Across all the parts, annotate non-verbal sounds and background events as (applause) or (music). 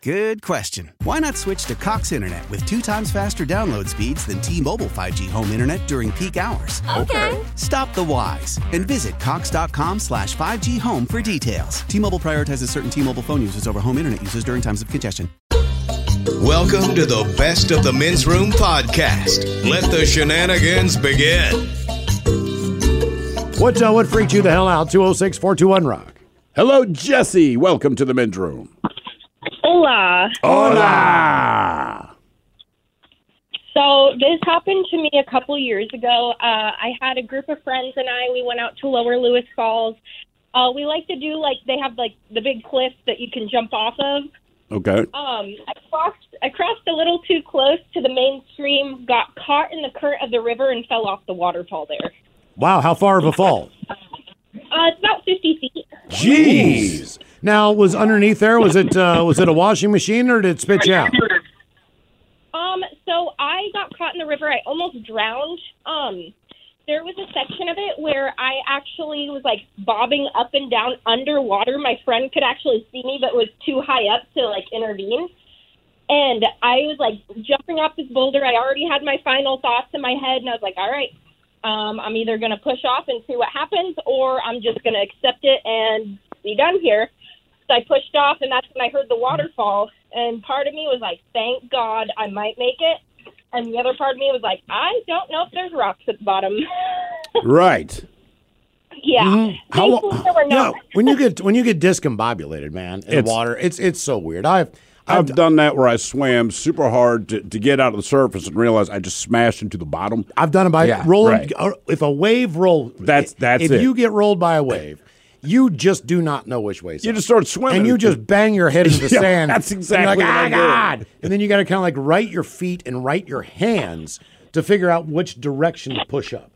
Good question. Why not switch to Cox Internet with two times faster download speeds than T-Mobile 5G home internet during peak hours? Okay. Stop the whys and visit cox.com slash 5G home for details. T-Mobile prioritizes certain T-Mobile phone users over home internet users during times of congestion. Welcome to the Best of the Men's Room podcast. Let the shenanigans begin. What's uh, what freaked you the hell out? 206 421 Rock. Hello, Jesse. Welcome to the men's room. Hola. Hola. So this happened to me a couple years ago. Uh, I had a group of friends and I. We went out to Lower Lewis Falls. Uh, we like to do like they have like the big cliff that you can jump off of. Okay. Uh. Um, I crossed. I crossed a little too close to the mainstream. Got caught in the current of the river and fell off the waterfall there. Wow, how far of a fall? Uh, it's about fifty feet. Jeez. Now, was underneath there? Was it uh, was it a washing machine or did it spit you out? Um, so I got caught in the river. I almost drowned. Um, there was a section of it where I actually was like bobbing up and down underwater. My friend could actually see me, but was too high up to like intervene. And I was like jumping off this boulder. I already had my final thoughts in my head, and I was like, all right, um, I'm either going to push off and see what happens, or I'm just going to accept it and be done here. So I pushed off, and that's when I heard the waterfall. And part of me was like, thank God I might make it. And the other part of me was like, I don't know if there's rocks at the bottom. (laughs) Right. yeah. Mm-hmm. How lo- Thankfully, there were no, no. when you get when you get discombobulated, man, in the It's- water, it's it's so weird. I've I've I've done that where I swam super hard to, to get out of the surface and realize I just smashed into the bottom. I've done it by Yeah, rolling. right. uh, If a wave roll, That's- that's If it. you get rolled by a wave, you just do not know which way. You just start swimming. and you just bang your head into (laughs) the Yeah, sand. that's and you're like, exactly what I ah, did." God. And then you got to kind of like right your feet and right your hands to figure out which direction to push up.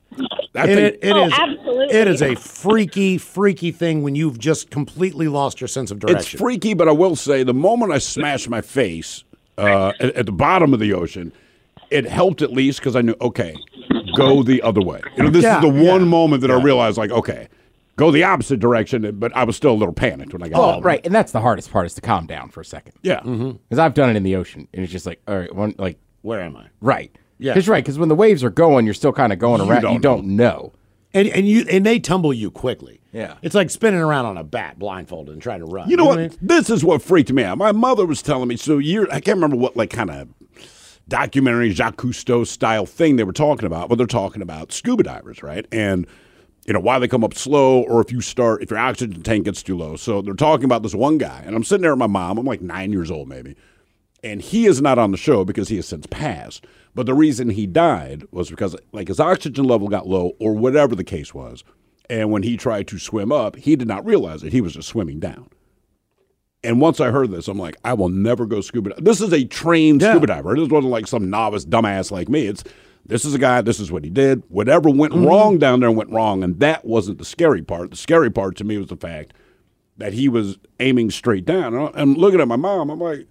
I And think- it, it Oh, is- absolutely. it is a freaky, freaky thing when you've just completely lost your sense of It's direction. freaky, but I will say the moment I smashed my face uh, at, at the bottom of the ocean, it helped at least because I knew, okay, go the other way. You know, this Yeah, is the one yeah. moment that I realized, like, okay, go the opposite direction. But I was still a little panicked when I got Oh, home. right. And that's the hardest part is to calm down for a second. Yeah. Because I've done it in the ocean, and it's just like, all right, one, like, Where am I? right. Yeah. Because, right, because when the waves are going, you're still kind of going around. you don't don't know. and and you and they tumble you quickly. Yeah. it's like spinning around on a bat, blindfolded, and trying to run. You know I mean? what? This is what freaked me out. My mother was telling me so. Year I can't remember what like kind of documentary Jacques Cousteau style thing they were talking about, but they're talking about scuba divers, right? And you know why they come up slow, or if you start if your oxygen tank gets too low. So they're talking about this one guy, and I'm sitting there with my mom. I'm like nine years old, maybe, and he is not on the show because he has since passed. But the reason he died was because like his oxygen level got low, or whatever the case was. And when he tried to swim up, he did not realize it. He was just swimming down. And once I heard this, I'm like, I will never go scuba. di- This is a trained Yeah. scuba diver. This wasn't like some novice dumbass like me. It's this is a guy. This is what he did. Whatever went Mm-hmm. wrong down there went wrong, and that wasn't the scary part. The scary part to me was the fact that he was aiming straight down. And I- I'm looking at my mom. I'm like,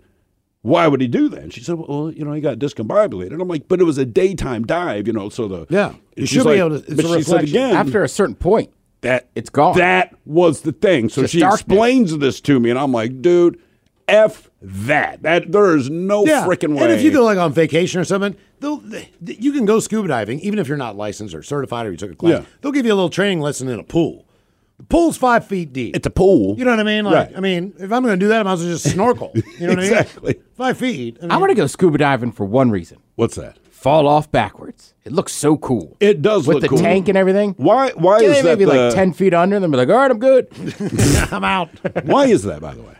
why would he do that? And she said, well, you know, he got discombobulated. And I'm like, but it was a daytime dive, you know. So the Yeah. You you should be able to- it's But she a said reflection. again, After a certain point, that It's gone. That was the thing. So Just she darkness. explains this to me, and I'm like, dude, f that. That there is no Yeah. freaking way. And if you go like on vacation or something, they'll, they, you can go scuba diving even if you're not licensed or certified or you took a class. Yeah. They'll give you a little training lesson in a pool. The pool's five feet deep. it's a pool. you know what I mean? Like, Right. I mean, if I'm going to do that, I might as well just snorkel. You know what I Exactly. mean? Five feet. I mean, I want to go scuba diving for one reason What's that? fall off backwards. It looks so cool. It does With look the cool. tank and everything. Why? Why Yeah, is that? maybe like the- 10 feet under, and then be like, all right, I'm (laughs) good. I'm (laughs) I'm out. Why is that? By the way,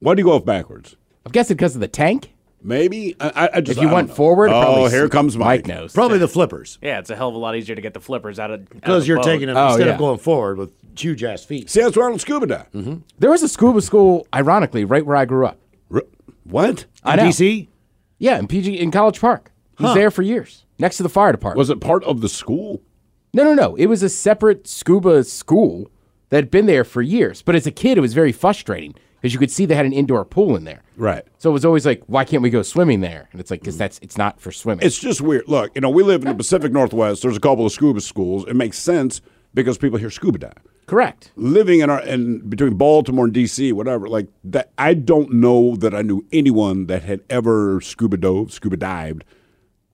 why do you go off backwards? guessing because of the tank. Maybe I, I- I just If you I went don't know. forward, it Oh, probably here s- comes Mike. Mike knows. Probably the flippers Yeah, it's a hell of a lot easier to get the flippers out of because you're taking it Oh, instead yeah. of going forward with huge ass feet. Mm-hmm. See, that's where I don't scuba dive. There was a scuba school, ironically, right where I grew up. R- What I know. DC. Yeah, in PG in College Park. He was there for years, next to the fire department. was it? Part of the school? no, no, no. It was a separate scuba school that had been there for years. But as a kid, it was very frustrating because you could see they had an indoor pool in there. Right. Mm. So it was always like, why can't we go swimming there? And it's like, because that's it's not for swimming. It's just weird. Look, you know, we live in the Pacific Northwest. There's a couple of scuba schools. It makes sense because people hear scuba dive. correct. Living in our in between Baltimore and D.C., whatever, like that. I don't know that I knew anyone that had ever scuba dove, scuba dived.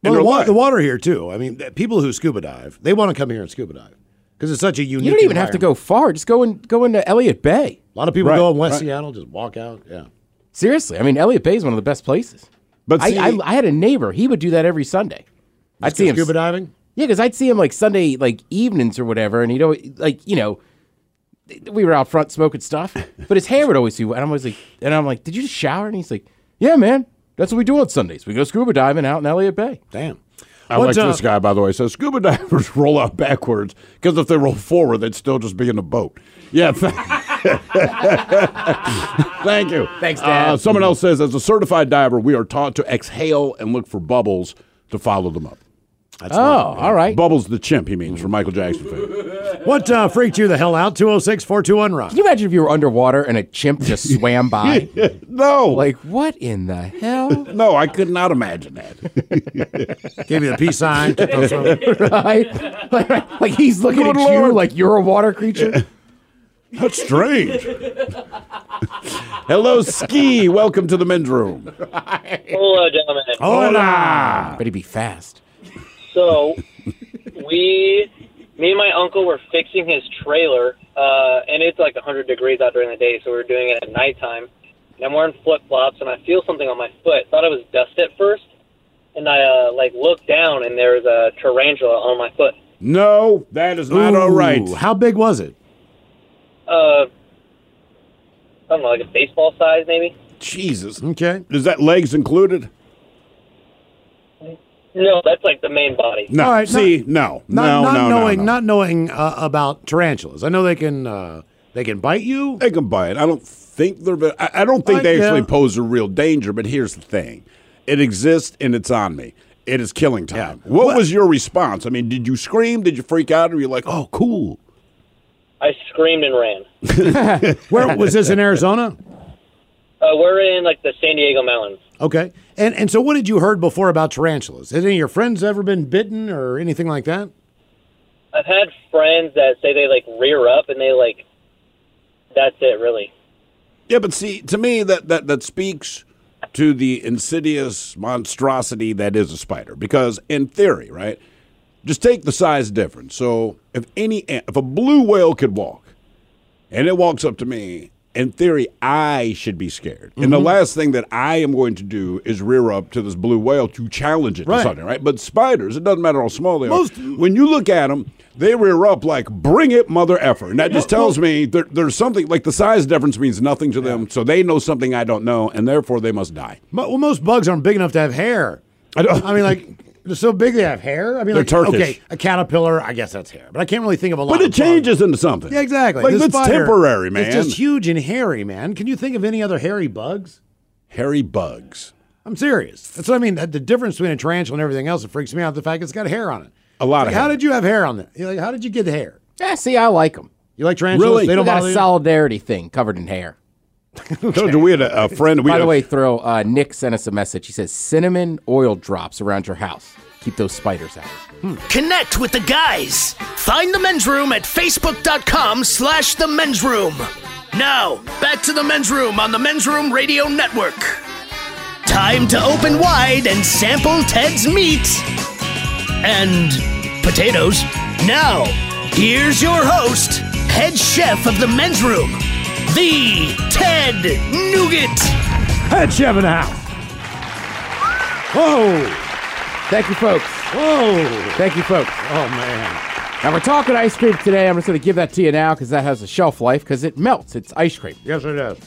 In Well, their the, wa- life. the water here too. I mean, th- people who scuba dive, they want to come here and scuba dive because it's such a unique. You don't even have to go far. Just go in, go into Elliott Bay. A lot of people Right, go in West right. Seattle, just walk out. Yeah. Seriously, I mean, Elliott Bay is one of the best places. But see- I, I, I had a neighbor. He would do that every Sunday. I'd see him scuba diving. Yeah, because I'd see him like Sunday like evenings or whatever, and he'd always like you know, we were out front smoking (laughs) stuff, but his hair would always be. wet. And I'm always like, and I'm like, did you just shower? And he's like, yeah, man, that's what we do on Sundays. We go scuba diving out in Elliott Bay. Damn. I What, like uh, this guy, by the way. Says scuba divers (laughs) roll out backwards because if they roll forward, they'd still just be in a boat. Yeah. (laughs) th- Thank you. Thanks, Uh, Dad. someone else says, as a certified diver, we are taught to exhale and look for bubbles to follow them up. That's Oh, oh. all right. Mm-hmm. Can Bubbles the chimp, he means, from Michael Jackson fame. What uh, freaked you the hell out? 206 421 Rock. you imagine if you were underwater and a chimp just swam (laughs) by? No, Like, what in the hell? (laughs) no, I could not imagine that. (laughs) Gave you the peace (laughs) sign. kept on swimming. right? Like, like he's looking Good at Lord. you like you're a water creature. (laughs) That's (laughs) strange. Hello, Ski. Welcome to the men's room. Hello, gentlemen. Hola. But he'd be fast. (laughs) So, we, me and my uncle were fixing his trailer, uh, and it's like 100 degrees out during the day, so we were doing it at nighttime. And I'm wearing flip flops, and I feel something on my foot. Thought it was dust at first, and I uh, like looked down, and there was a tarantula on my foot. No, that is not all right. Ooh, How big was it? Uh, I don't know, like a baseball size, maybe. Jesus. Okay. Is that legs included? No, that's like the main body. No. All right, See, no, Not, no, not no, no, knowing, no. not knowing uh, about tarantulas. I know they can uh, they can bite you. They can buy it. I don't think they're. ve- I, I don't think Like, they actually yeah. pose a real danger. But here's the thing: it exists and it's on me. It is killing time. What was your response? I mean, did you scream? Did you freak out? Or were you like, oh, cool? I screamed and ran. (laughs) Where was this in Arizona? Uh, we're in like the San Diego Mountains. Okay. And and so what did you heard before about tarantulas? Has any of your friends ever been bitten or anything like that? I've had friends that say they like rear up and they like that's it really. Yeah, but see, to me, that that that speaks to the insidious monstrosity that is a spider. Because in theory, right, just take the size difference. So if any, ant- if a blue whale could walk, and it walks up to me, in theory, I should be scared. And Mm-hmm. the last thing that I am going to do is rear up to this blue whale to challenge it Right. to something, right? But spiders, it doesn't matter how small they Most- are. When you look at them, they rear up like, bring it, mother effer. And that just tells me there, there's something, like the size difference means nothing to them. So they know something I don't know, and therefore they must die. Mo- Well, most bugs aren't big enough to have hair. I don't- I mean, like they're so big they have hair. I mean, They're like, Turkish. okay, a caterpillar. I guess that's hair, but I can't really think of a lot. But it of bugs. changes into something. Yeah, exactly. Like, This it's spider, temporary, man. It's just huge and hairy, man. Can you think of any other hairy bugs? Hairy bugs. I'm serious. That's what I mean. The the difference between a tarantula and everything else that freaks me out is the fact it's got hair on it. A lot Like, of how hair. did you have hair on that? You're Like, how did you get the hair? Yeah, Eh, see, I like him. You like tarantulas? Really? They We don't got bother a you? solidarity thing covered in hair. (laughs) Told you we had a, a friend. We By had the a- way, throw uh, Nick sent us a message. He says cinnamon oil drops around your house. Keep those spiders out. Connect with the guys. Find the men's room at facebook.com slash the men's room. Now, back to the men's room on the men's room radio network. Time to open wide and sample Ted's meat and potatoes. Now, here's your host, head chef of the men's room, the Ted Nugent. Head chef in the house. Whoa, Thank you, folks. whoa. Thank you, folks. Oh, man. Now we're talking ice cream today. I'm just going to give that to you now because that has a shelf life because it melts. It's ice cream, Yes, it is.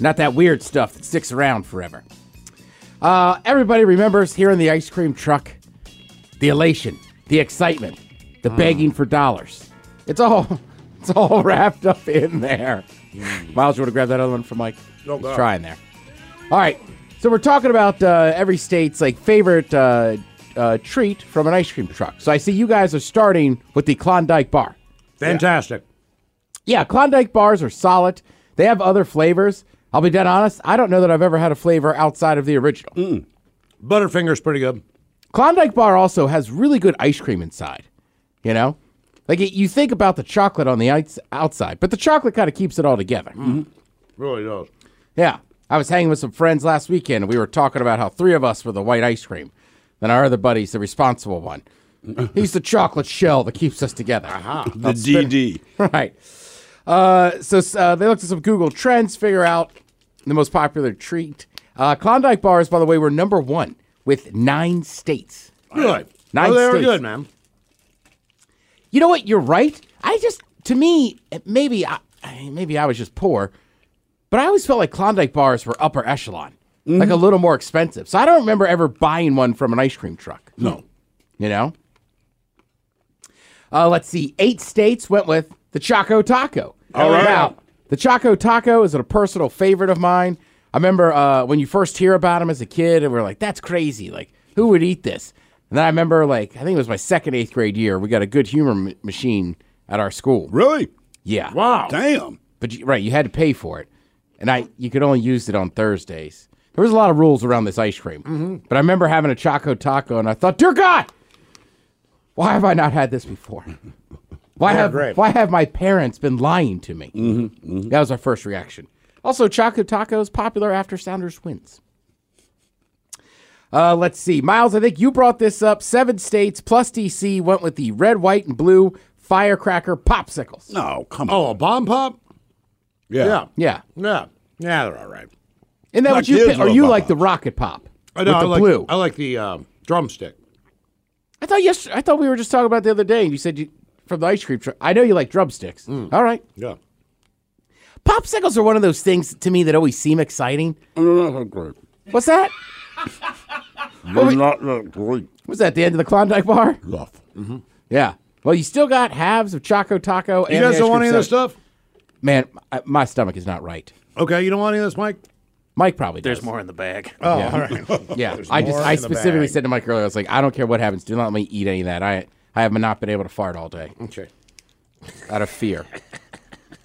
not that weird stuff that sticks around forever. Uh, everybody remembers hearing the ice cream truck, the elation, the excitement, the Mm. begging for dollars. It's all, (laughs) it's all wrapped up in there. Miles, you want to grab that other one from Mike? Mm. No, He's no. trying there. All right, so we're talking about uh, every state's like favorite uh, uh, treat from an ice cream truck. So I see you guys are starting with the Klondike bar. Fantastic. Yeah, Klondike bars are solid. They have other flavors. I'll be dead honest. I don't know that I've ever had a flavor outside of the original. Mm. Butterfinger's pretty good. Klondike bar also has really good ice cream inside. You know, like it, you think about the chocolate on the outs- outside, but the chocolate kind of keeps it all together. Mm-hmm. Mm-hmm. Really does. Yeah. I was hanging with some friends last weekend and we were talking about how three of us were the white ice cream. Then our other buddy's the (laughs) responsible one. He's the chocolate shell that keeps us together. Uh-huh. The DD. (laughs) Right. Uh, so uh, they looked at some Google trends, figure out the most popular treat. Uh, Klondike bars, by the way, were number one with nine states. Really? Nine Oh, they were states. good, man. You know what? You're right. I just, to me, maybe I, I- maybe I was just poor, but I always felt like Klondike bars were upper echelon, like a Mm-hmm. little more expensive. So I don't remember ever buying one from an ice cream truck. No. You know? Uh, let's see. Eight states went with the Choco Taco. All right. Now, the Choco Taco is a personal favorite of mine. I remember uh, when you first hear about them as a kid, and we are like, that's crazy. Like, who would eat this? And then I remember, like, I think it was my second, eighth grade year, we got a good humor m- machine at our school. Really? Yeah. Wow. Damn. But, you, right, you had to pay for it. And I, you could only use it on Thursdays. There was a lot of rules around this ice cream. But I remember having a Choco Taco, and I thought, dear God, why have I not had this before? Why Yeah, have great. why have my parents been lying to me? That was our first reaction. Also, Choco Tacos popular after Sounders wins. Uh, let's see, Miles. I think you brought this up. Seven states plus DC went with the red, white, and blue firecracker popsicles. No, come on. Oh, a bomb pop. yeah, yeah. Yeah. Yeah, they're all right. And that My was you, kids pick, or love you Bob like the rocket pop I know. with I the like, blue. I like the uh, drumstick. I thought yes. I thought we were just talking about the other day. and You said you from the ice cream truck. I know you like drumsticks. All right. Mm. Yeah. Popsicles are one of those things to me that always seem exciting. What's that? You're not that great. Was that the end of the Klondike bar? Love. Mm-hmm. Yeah. Well, you still got halves of Choco Taco. You and guys the don't want ice cream any of this sandwich. stuff? Man, my, my stomach is not right. Okay, you don't want any of this, Mike? Mike probably does. There's more in the bag. Oh, Yeah. all right. (laughs) Yeah, I just I specifically said to Mike earlier, I was like, I don't care what happens, do not let me eat any of that. I I have not been able to fart all day. Okay. Out of fear.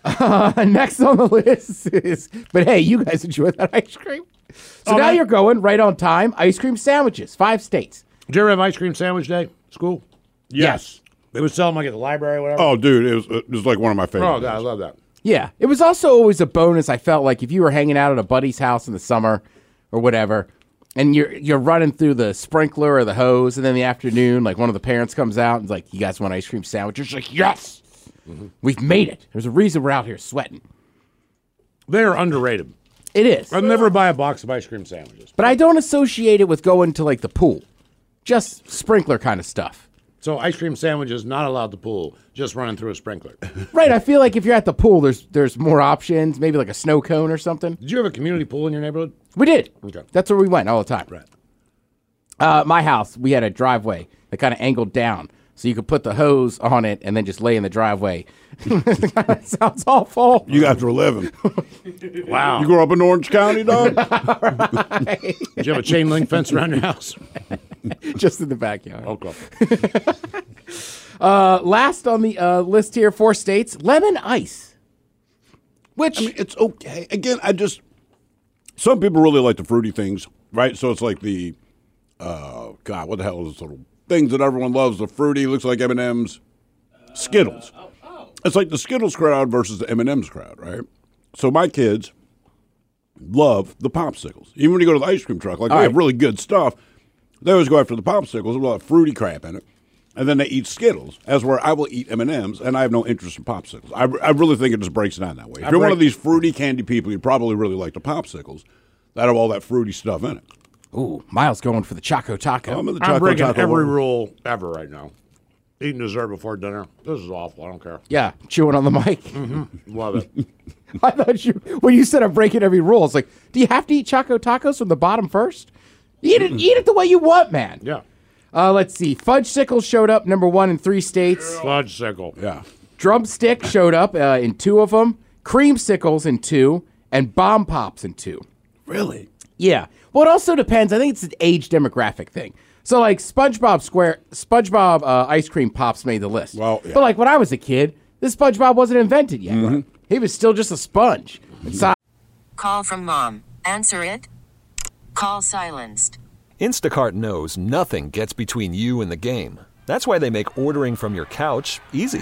Uh, (laughs) next on the list is, but hey, you guys enjoy that ice cream. So Oh, now man. you're going right on time. Ice cream sandwiches, five states. Did you ever have ice cream sandwich day? School? Yes. They would sell them like at the library or whatever. Oh, dude, it was, it was like one of my favorite. oh God, I love that. Yeah, it was also always a bonus. I felt like if you were hanging out at a buddy's house in the summer or whatever, and you're you're running through the sprinkler or the hose, and then in the afternoon, like one of the parents comes out and's like, "You guys want ice cream sandwiches?" You're like, "Yes, we've made it." There's a reason we're out here sweating. They are underrated. It is. I'd never buy a box of ice cream sandwiches. But I don't associate it with going to like the pool, just sprinkler kind of stuff. So ice cream sandwiches not allowed to pool, just running through a (laughs) sprinkler. Did Right. I feel like if you're at the pool, there's there's more options. Maybe like a snow cone or something. you have a community pool in your neighborhood? We did. Okay. That's where we went all the time. Right. Uh, my house, we had a driveway that kind of angled down, so you could put the hose on it and then just lay in the driveway. (laughs) that sounds awful. You guys were living. Wow. You grew up in Orange County, (laughs) dog? Did you have a chain link fence around your house? (laughs) just in the backyard. Okay. Uh, last on the uh, list here, four states: lemon ice. Which I mean, it's okay. Again, I just some people really like the fruity things, right? So it's like the uh, God, what the hell is this little things that everyone loves? The fruity looks like M and M's, Skittles. Oh, It's like the Skittles crowd versus the M and M's crowd, right? So my kids love the popsicles. Even when you go to the ice cream truck, like All they right. have really good stuff. They always go after the popsicles with a lot of fruity crap in it. And then they eat Skittles, as where I will eat M and M's, and I have no interest in popsicles. I, I really think it just breaks down that way. If I you're one break- of these fruity candy people, you probably really like the popsicles that have all that fruity stuff in it. Ooh, Miles going for the Choco Taco. I'm in the I'm chocolate breaking taco. every world. rule ever right now. Eating dessert before dinner. This is awful. I don't care. Yeah, chewing on the mic. Love it. (laughs) I thought you when you said I'm breaking every rule. It's like, do you have to eat Choco Tacos from the bottom first? Eat it, eat it the way you want, man. Yeah. Uh, let's see. Fudge sickle showed up number one in three states. Fudge sickle. Yeah. Drumstick showed up uh, in two of them. Cream sickles in two, and bomb pops in two. Really? Yeah. Well, it also depends. I think it's an age demographic thing. So, like SpongeBob Square, SpongeBob uh, ice cream pops made the list. Well, but like when I was a kid, this SpongeBob wasn't invented yet. Mm-hmm. He was still just a sponge. And si- Call from mom. Answer it. Call silenced. Instacart knows nothing gets between you and the game. That's why they make ordering from your couch easy.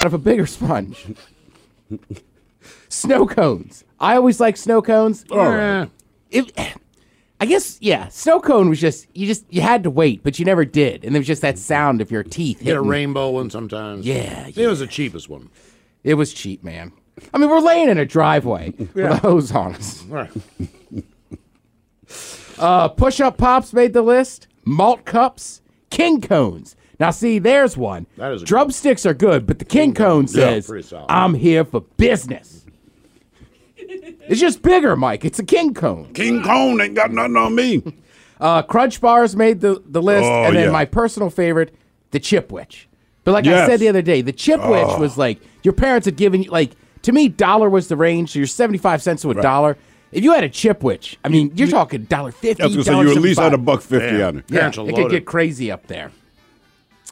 out of a bigger (laughs) sponge. snow cones. I always like snow cones. Oh. If- (sighs) I guess yeah, snow cone was just you just you had to wait, but you never did, and it was just that sound of your teeth. Get Mm-hmm. a hitting- rainbow one sometimes. Yeah, It was the cheapest one. It was cheap, man. I mean, we're laying in a driveway with (laughs) Yeah. a hose on us. Right. Uh, Push up pops made the list. Malt cups, king cones. Now, see, there's one. That is a Drumsticks are good, but the king, cone Yeah, says, pretty solid. "I'm here for business." it's just bigger, Mike. It's a king cone. King cone ain't got nothing on me. (laughs) Uh, crunch bars made the the list, Oh, and then yeah. my personal favorite, the chipwich. But like I Yes. said the other day, the chipwich Oh. was like your parents had given you like to me dollar was the range. So you're 75 cents to a dollar. If you had a chipwich, I mean, you're talking dollar fifty. I was gonna say, you at least had a $1.75. buck fifty on it. Yeah, it could get crazy up there.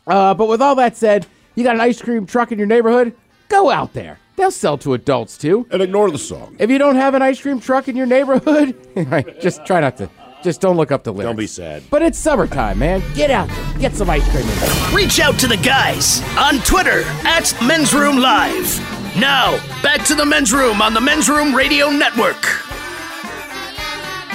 Uh, but with all that said, you got an ice cream truck in your neighborhood? Go out there. They'll sell to adults too. And ignore the song. If you don't have an ice cream truck in your neighborhood, (laughs) right, just try not to. Just don't look up the lyrics. Don't be sad. But it's summertime, man. Get out there. Get some ice cream. In. Reach out to the guys on Twitter at Men's Room Live. Now, back to the Men's Room on the Men's Room Radio Network.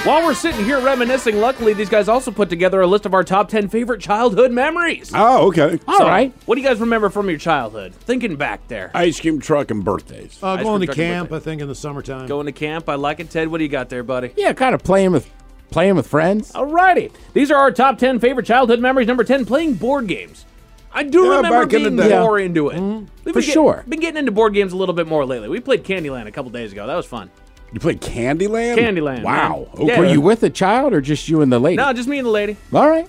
While we're sitting here reminiscing, luckily these guys also put together a list of our top 10 favorite childhood memories. Oh, okay. All right. What do you guys remember from your childhood? Thinking back there. Ice cream truck and birthdays. Uh, Ice cream going to truck and camp, I think, in the summertime. E. Going to camp. I like it. Ted, what do you got there, buddy? Yeah, kind of playing with playing with friends. Alrighty. These are our top 10 favorite childhood memories. Number 10, playing board games. I do Yeah, remember back in the being day. more into it. Mm-hmm. We've For been get- sure. been getting into board games a little bit more lately. We played Candyland a couple days ago. That was fun. You played Candyland? Candyland, Wow. man. Yeah. Were you with a child or just you and the lady? No, just me and the lady. All right.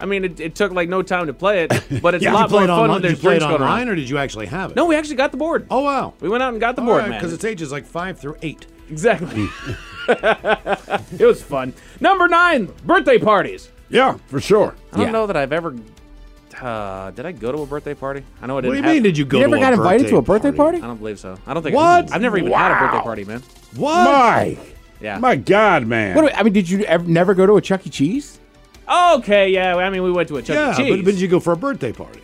I mean, it, it took like no time to play (laughs) it, but it's yeah, a did you lot play more it fun online, when did you there's play it drinks going online, around. or did you actually have it? No, we actually got the board. Oh wow! We went out and got the board, man. Because its age is like five through eight. (laughs) Exactly. (laughs) it was fun. Number nine, birthday parties. Yeah, for sure. I don't Yeah. know that I've ever. Uh, did I go to a birthday party? I know I didn't. What do you have- mean, did you go You never to a got invited birthday to a birthday party? party? I don't believe so. I don't think. What? I've never even had a birthday Wow. party, man. What? My. Yeah. My God, man. What do we- I mean, did you ever, never go to a Chuck E. Cheese? Okay, yeah. I mean, we went to a Chuck yeah, E. Cheese. but, but did you go for a birthday party?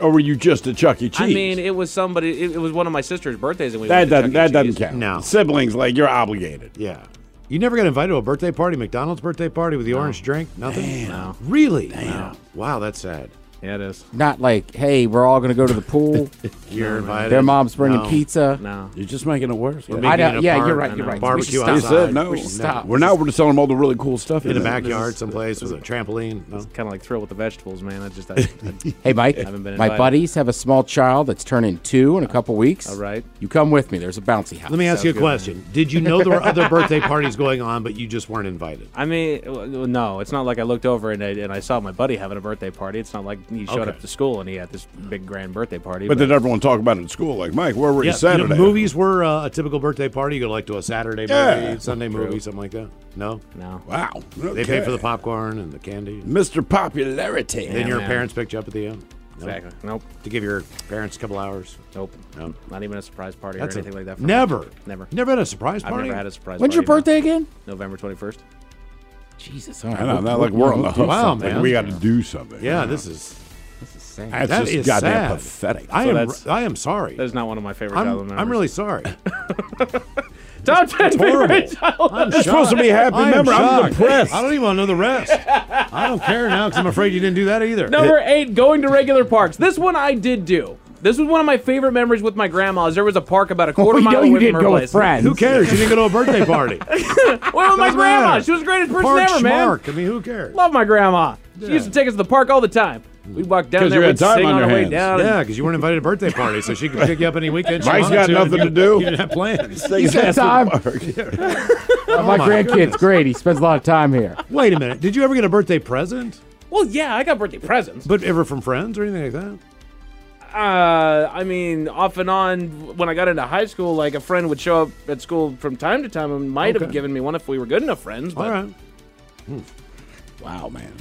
Or were you just a Chuck E. Cheese? I mean, it was somebody. It, it was one of my sister's birthdays, and we that went to doesn't Chuck E. that doesn't Cheese. count. Siblings, like you're obligated. Yeah. You never got invited to a birthday party, McDonald's birthday party with the orange drink? Nothing? No. Really? Wow. wow, that's sad. Yeah, it is. Not like, hey, we're all going to go to the (laughs) pool. You're invited. Their mom's bringing No. pizza. No. You're just making it worse. I don't- yeah, you're right. You're right. We should stop. He said no. We should stop. We're now we're just telling them all the really cool (laughs) stuff In the there. backyard This someplace with a trampoline. It's kind of like thrilled with the vegetables, man. I just, I, (laughs) I- Hey, Mike, I haven't been my invited. buddies have a small child that's turning two in a couple weeks. all right. You come with me. There's a bouncy house. Let me ask you a question. Did you know there were (laughs) other birthday parties going on, but you just weren't invited? I mean, w- no, it's not like I looked over and I, and I saw my buddy having a birthday party. It's not like he showed Okay. up to school and he had this big grand birthday party. is- But then everyone talk about it at school. Like Mike, where were Yeah, you Saturday? know, movies were uh, a typical birthday party. You go like to a Saturday Yeah. movie, Sunday True. movie, something like that. No, no. Wow. They pay for Okay. the popcorn and the candy. Mr. Popularity. Then Yeah, your man. parents picked you up at the end. Nope. Exactly. Nope. To give your parents a couple hours. Nope. Nope. Not even a surprise party That's or a- anything like that. me. never. Never. Never had a surprise I've party? never had a surprise When's party. your birthday again? no. November 21st. Jesus. I know, not like we're on the hook. Wow, Like, man. we got to (laughs) do something. Yeah, this is. This is sad. That's That just is goddamn sad. pathetic. I So am. that's- I am sorry. That is not one of my favorite I'm, album I'm members. really sorry. Top 10 It's horrible. favorite album I'm members. shocked. I am shocked. depressed. I don't even want to know the rest. I don't care now because I'm afraid you didn't do that either. (laughs) Number eight, going to regular parks. This one I did do. This was one of my favorite memories with my grandma. Is there was a park about a quarter We know mile Oh, you away didn't from her go with place. friends. Who cares? You didn't go to a birthday party. (laughs) well, my Doesn't grandma, matter. she was the greatest person Park ever, man. schmark. I mean, who cares? Love my grandma. She Yeah. used to take us to the park all the time. We'd walk down Because there, you we'd had time sing on on, your our way hands. down. Yeah, because you weren't invited to birthday party, so she could pick you up any weekend. she Mike's wanted got and nothing you- to do. You didn't have plans. He's got time. (laughs) Uh, my, Oh my grandkid's goodness. great. He spends a lot of time here. Wait a minute. Did you ever get a birthday present? Well, yeah, I got birthday presents. But ever from friends or anything like that? Uh, I mean, off and on, when I got into high school, like a friend would show up at school from time to time and might have Okay. given me one if we were good enough friends. But All right. Hmm. Wow, man.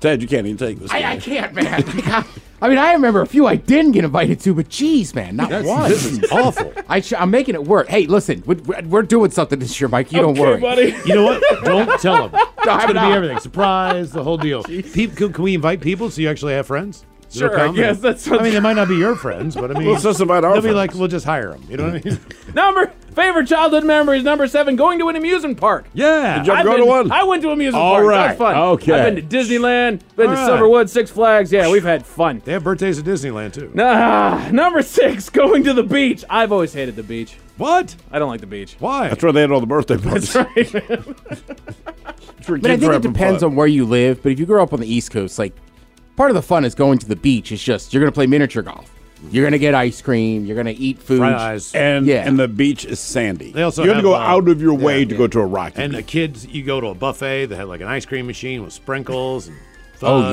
Ted, you can't even take this. I, I can't, man. (laughs) I mean, I remember a few I didn't get invited to, but geez, man, not That's- one. this is awful. (laughs) I sh- I'm making it work. Hey, listen, we- we're, we're doing something this year, Mike. (laughs) You don't Okay, worry, buddy. You know what? (laughs) Don't tell them. It's I'm going to be not. everything. Surprise, the whole deal. Peep, can, can we invite people so you actually have friends? They'll Sure, I come? guess that's I mean, they might not be your friends, but I mean, Well, it's just about our They'll be friends. like, we'll just hire them. You know what I mean? Number favorite childhood memories. Number seven, going to an amusement park. (laughs) Yeah, Did you ever go to one? I went to amusement All park. right, That was fun. okay. I've been to Disneyland. Been to All right. Silverwood, Six Flags. Yeah, we've had fun. They have birthdays at Disneyland too. Nah, number six, (laughs) going to the beach. I've always hated the beach. What? I don't like the beach. (laughs) Why? That's where they had all the birthday parties. That's right. (laughs) But I think it depends on where you live. But if you grow up on the East Coast, like part of the fun is going to the beach. It's just you're going to play miniature golf. You're going to get ice cream. You're going to eat food. And yeah. and the beach is sandy. They also you have to have, go uh, out of your way yeah, to go to a rocky. And beach. the kids, you go to a buffet that had like an ice cream machine with sprinkles and fudge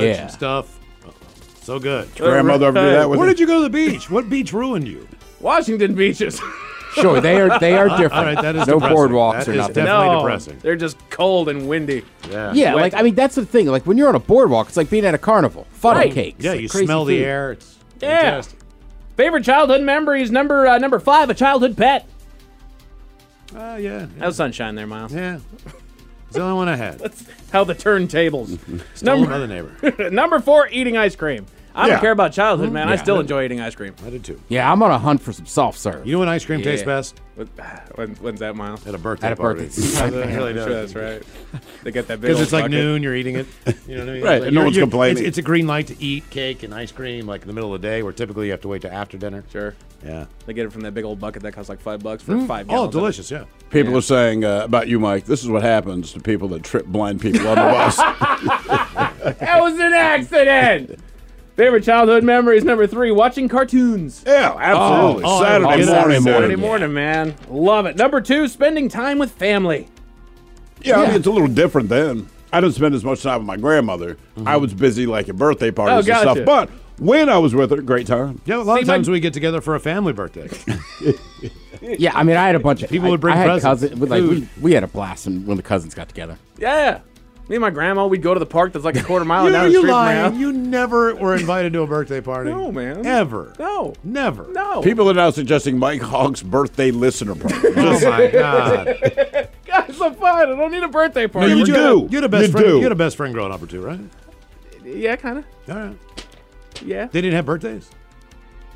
Oh, yeah. and stuff. So good. Your grandmother ever do that with Where you? did you go to the beach? What beach ruined you? Washington beaches. Sure, they are they are (laughs) All different. right, that is no depressing. boardwalks That or is nothing. definitely no, depressing. They're just cold and windy. uh, Yeah, like I mean, that's the thing. Like when you're on a boardwalk, it's like being at a carnival. Funnel Right. cakes. Yeah, like you crazy smell the food. air. It's Yeah. fantastic. Favorite childhood memories. Number uh, number five, a childhood (laughs) pet. Oh, yeah. That was sunshine there, Miles. Yeah. It's the only one (laughs) I had. How the (laughs) turntables. Stolen by the neighbor. number four, eating ice cream. I Yeah. don't care about childhood, man. I Yeah. still enjoy eating ice cream. Hmm. I did too. Yeah, I'm on a hunt for some soft serve. You know when ice cream Yeah. tastes best? What- (sighs) When, when's that, Miles? At a birthday At a party. birthday. (laughs) It (laughs) really Sure, does. that's right. They get that big Because old it's like bucket. noon, (laughs) you're eating it. (laughs) You know what I mean? Right, Like, and no you're- one's you're- complaining. It's, it's a green light to eat cake and ice cream, like in the middle of the day, where typically you have to wait till after dinner. Sure. Yeah. They get it from that big old bucket that costs like five bucks (laughs) for Mm. five. Oh, gallons of it. delicious. Yeah. People are saying uh, about you, Mike. This is what happens to people that trip (laughs) blind people on the bus. That was an accident. Favorite childhood memories number three: watching cartoons. Oh, Yeah, absolutely. Saturday morning, morning. Saturday morning, man. Love it. Number two: spending time with family. Yeah, I mean, it's a little different then. I didn't spend as much time with my grandmother. I was busy like at birthday parties gotcha. and stuff. But when I was with her, great time. Oh, Yeah, a lot See, of my- (laughs) times we get together for a family birthday. Yeah, I mean, I had a bunch of People I- would bring I had presents, cousin- with, like we, food. we had a blast when when the cousins got (laughs) together. Yeah. Me and my grandma, we'd go to the park that's like a quarter mile down the (laughs) you street lying. from You never were invited to a birthday party. my house. No, man. Ever. No. Never. No. People are now suggesting Mike Hogg's birthday listener party. (laughs) Oh (laughs) my god. guys, I'm fine. I don't need a birthday party. you We're do. good. You had a best You friend. do. You had a best friend growing up or two, right? Yeah, kind of. All right. Yeah. They didn't have birthdays.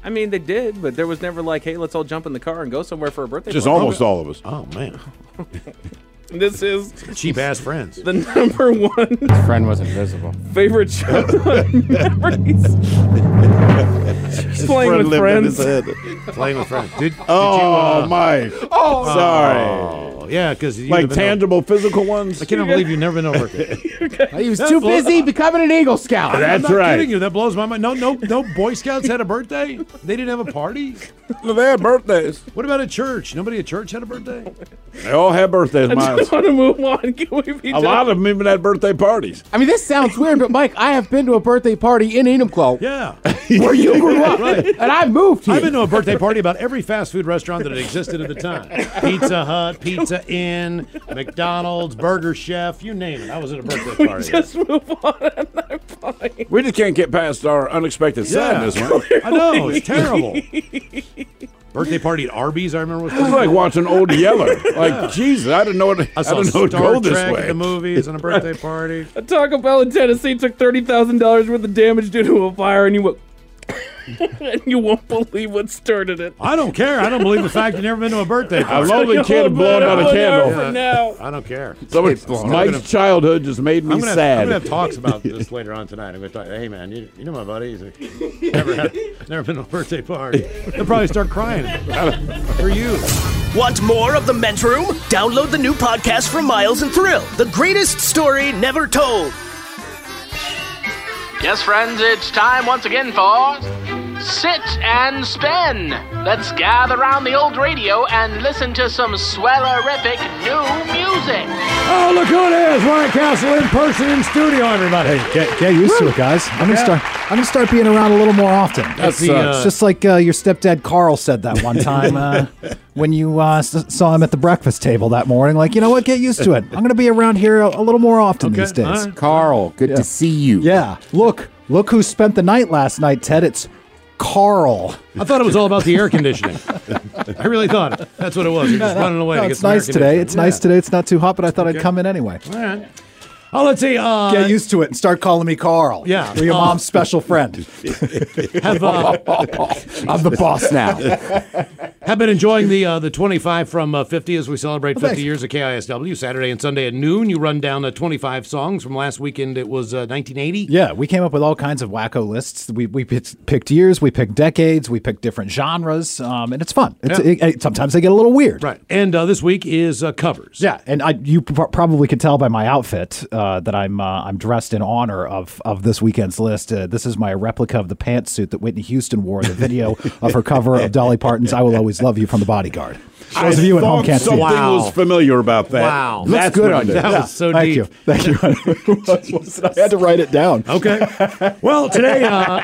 I mean, they did, but there was never like, hey, let's all jump in the car and go somewhere for a birthday Just party. almost all of us. Oh man. This is (laughs) Cheap ass friends. the number one Friend was invisible. favorite (laughs) childhood memories. Playing with friend lived in his friends. head. Playing with friends. Did, uh, Oh, Mike. Oh. Sorry. Oh, yeah, because like tangible physical ones. I cannot believe you've never (laughs) known Rick. He was too busy becoming an Eagle Scout. I'm That's not right. kidding you. That blows my mind. No, no, no. Boy Scouts had a birthday. They didn't have a party. they had birthdays. What about a church? Nobody at church had a birthday. They all had (laughs) birthdays, I Miles. just want to move on. (laughs) Can we be A lot of them even had birthday parties. I mean, this sounds weird, but Mike, I have been to a birthday party in Enumclaw Yeah, where you (laughs) grew up, Right. and I moved here. I've been to a birthday party about every fast food restaurant that existed at the time: Pizza Hut, Pizza Inn, McDonald's, Burger Chef. You name it. I was at a birthday party. just move on? I'm not fine. We just can't get past our unexpected Yeah. sadness, Mike. (laughs) I know (laughs) it's terrible. Birthday party at Arby's. I remember was. It's like watching (laughs) Old Yeller. Like, Jesus, I didn't know it. I, I saw didn't know Star it'd go Trek this at way. the (laughs) movies and a birthday party. (laughs) A Taco Bell in Tennessee took thirty thousand dollars worth of damage due to a fire, and you went. (laughs) and you won't believe what started it. I don't care. I don't believe the fact you've never been to a birthday A party. lonely Hold kid on, blowing out a hold on candle. For now. I don't care. So It's blown. Mike's childhood just made me I'm gonna, Have, I'm sad. gonna have (laughs) talks about this later on tonight. I'm gonna talk. Hey man, you, you know my buddy. He's like, never had, never been to a birthday party. They'll probably start crying for you. Want more of the men's room? Download the new podcast from Miles and Thrill The Greatest Story Never Told. Yes, friends, it's time once again for Sit and Spin. Let's gather around the old radio and listen to some swellerific new music. Oh look who it is! Ryan Castle in person in studio, everybody. Get, get used to it, guys. I'm gonna start. I'm gonna start being around a little more often. That's, it's, uh, it's just like uh, your stepdad Carl said that (laughs) one time uh, when you uh, s- saw him at the breakfast table that morning. Like, you know what? Get used to it. I'm gonna be around here a, a little more often these days. Carl, good to see you. Yeah. Look, look who spent the night last night, Ted. It's Carl. I thought it was all about the air conditioning. I really thought it. that's what it was. You're just running (laughs) away. No, to get it's some air nice today. conditioning. It's nice today. It's not too hot, but I thought Okay. I'd come in anyway. All right. Oh, let's see. Uh, Get used to it and start calling me Carl. Yeah. We're your Uh, mom's special friend. (laughs) have, uh, (laughs) I'm the boss now. (laughs) have been enjoying the uh, the 25 from uh, 50 as we celebrate Well, Oh, 50 thanks. years of KISW. Saturday and Sunday at noon, you run down uh, 25 songs from last weekend. It was uh, 1980. Yeah, we came up with all kinds of wacko lists. We we p- picked years, we picked decades, we picked different genres, um, and it's fun. It's, Yeah. it, it- sometimes they get a little weird. Right. And uh, this week is uh, covers. Yeah, and I, you (laughs) p- probably could tell by my outfit uh, that I'm uh, I'm dressed in honor of of this weekend's list. Uh, this is my replica of the pantsuit that Whitney Houston wore in the video of her cover of Dolly Parton's "I Will Always Love You" from The Bodyguard. For Those I of you at home thought can't see. something it. was familiar about that. Wow. Looks That's good what on it you. is. That was so Thank deep. you. Thank (laughs) you. I had to write it down. Okay. Well, today uh,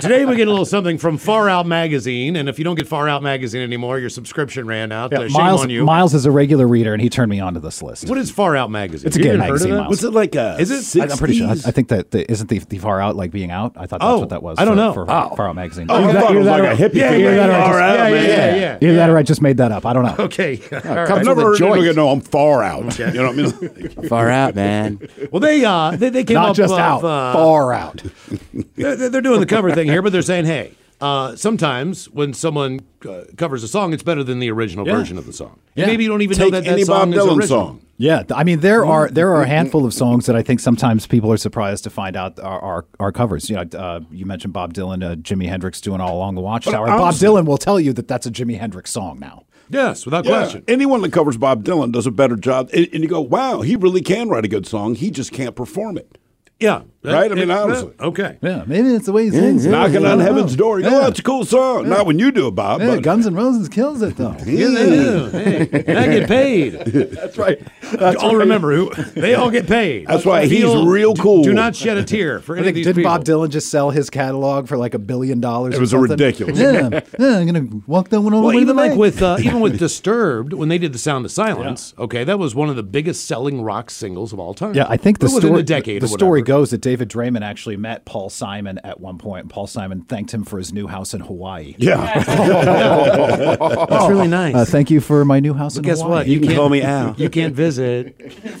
today we get a little something from Far Out Magazine, and if you don't get Far Out Magazine anymore, your subscription ran out. Yeah, Uh, shame Miles, on you. Miles is a regular reader, and he turned me onto this list. what is Far Out Magazine? It's a You gay even heard of magazine, that? Miles. What's it like? Uh, Is it? I, am pretty sure. I, I 60s? think that the, isn't the, the far out like being out. I thought that's Oh, what that was. I don't for- know. For Oh. far out magazine. Oh, I thought it was like a hippie yeah, thing. either that or I Far just- out, yeah, man. yeah, yeah, Either that or I just made that up. I don't know. (laughs) Okay. All right. I've Comes never with heard a anyone go, joint. no, I'm far out. You know what I mean? (laughs) Far out, man. Well, they uh, they, they came Not up just with, out. uh, far out. (laughs) they're, they're doing the cover thing here, but they're saying, hey, uh, sometimes when someone uh, covers a song, it's better than the original version of the song. And Yeah. maybe you don't even Take know that any that song Bob is Dylan original. Mm-hmm. song. Yeah, th- I mean there are there are a handful of songs that I think sometimes people are surprised to find out are are, are covers. You know, uh, you mentioned Bob Dylan, uh, Jimi Hendrix doing "All Along the Watchtower." Bob honestly- Dylan will tell you that that's a Jimi Hendrix song now. Yes, without Yeah. question. Anyone that covers Bob Dylan does a better job. And, and you go, wow, he really can write a good song. He just can't perform it. Yeah. Right? I mean, honestly. Mm-hmm. Okay. Yeah, maybe it's the way he sings. it. Knocking I on don't heaven's know. door. You go, Yeah. oh, that's a cool song. Not when you do it, Bob. Yeah, but- Guns N' Roses kills it though. (laughs) Yeah, they do. Hey, and I get (laughs) paid. That's right. all remember who they all get paid. That's why he's Feel- real cool. Do not shed a (laughs) tear for I any of think these didn't people. Bob Dylan just sell his catalog for like a billion dollars? It or was a something? ridiculous- Yeah, (laughs) yeah, I'm gonna walk that one all Well, the way to the even like bank. with uh, (laughs) even with Disturbed, when they did the Sound of Silence, okay, that was one of the biggest selling rock singles of all time. Yeah, I think the But within story a decade. the or story whatever. goes that David Draymond actually met Paul Simon at one point, and Paul Simon thanked him for his new house in Hawaii. (laughs) (laughs) Yeah. That's really nice. Uh, thank you for my new house in Guess Hawaii. what? You, can't, call (laughs) me Al. You can't visit.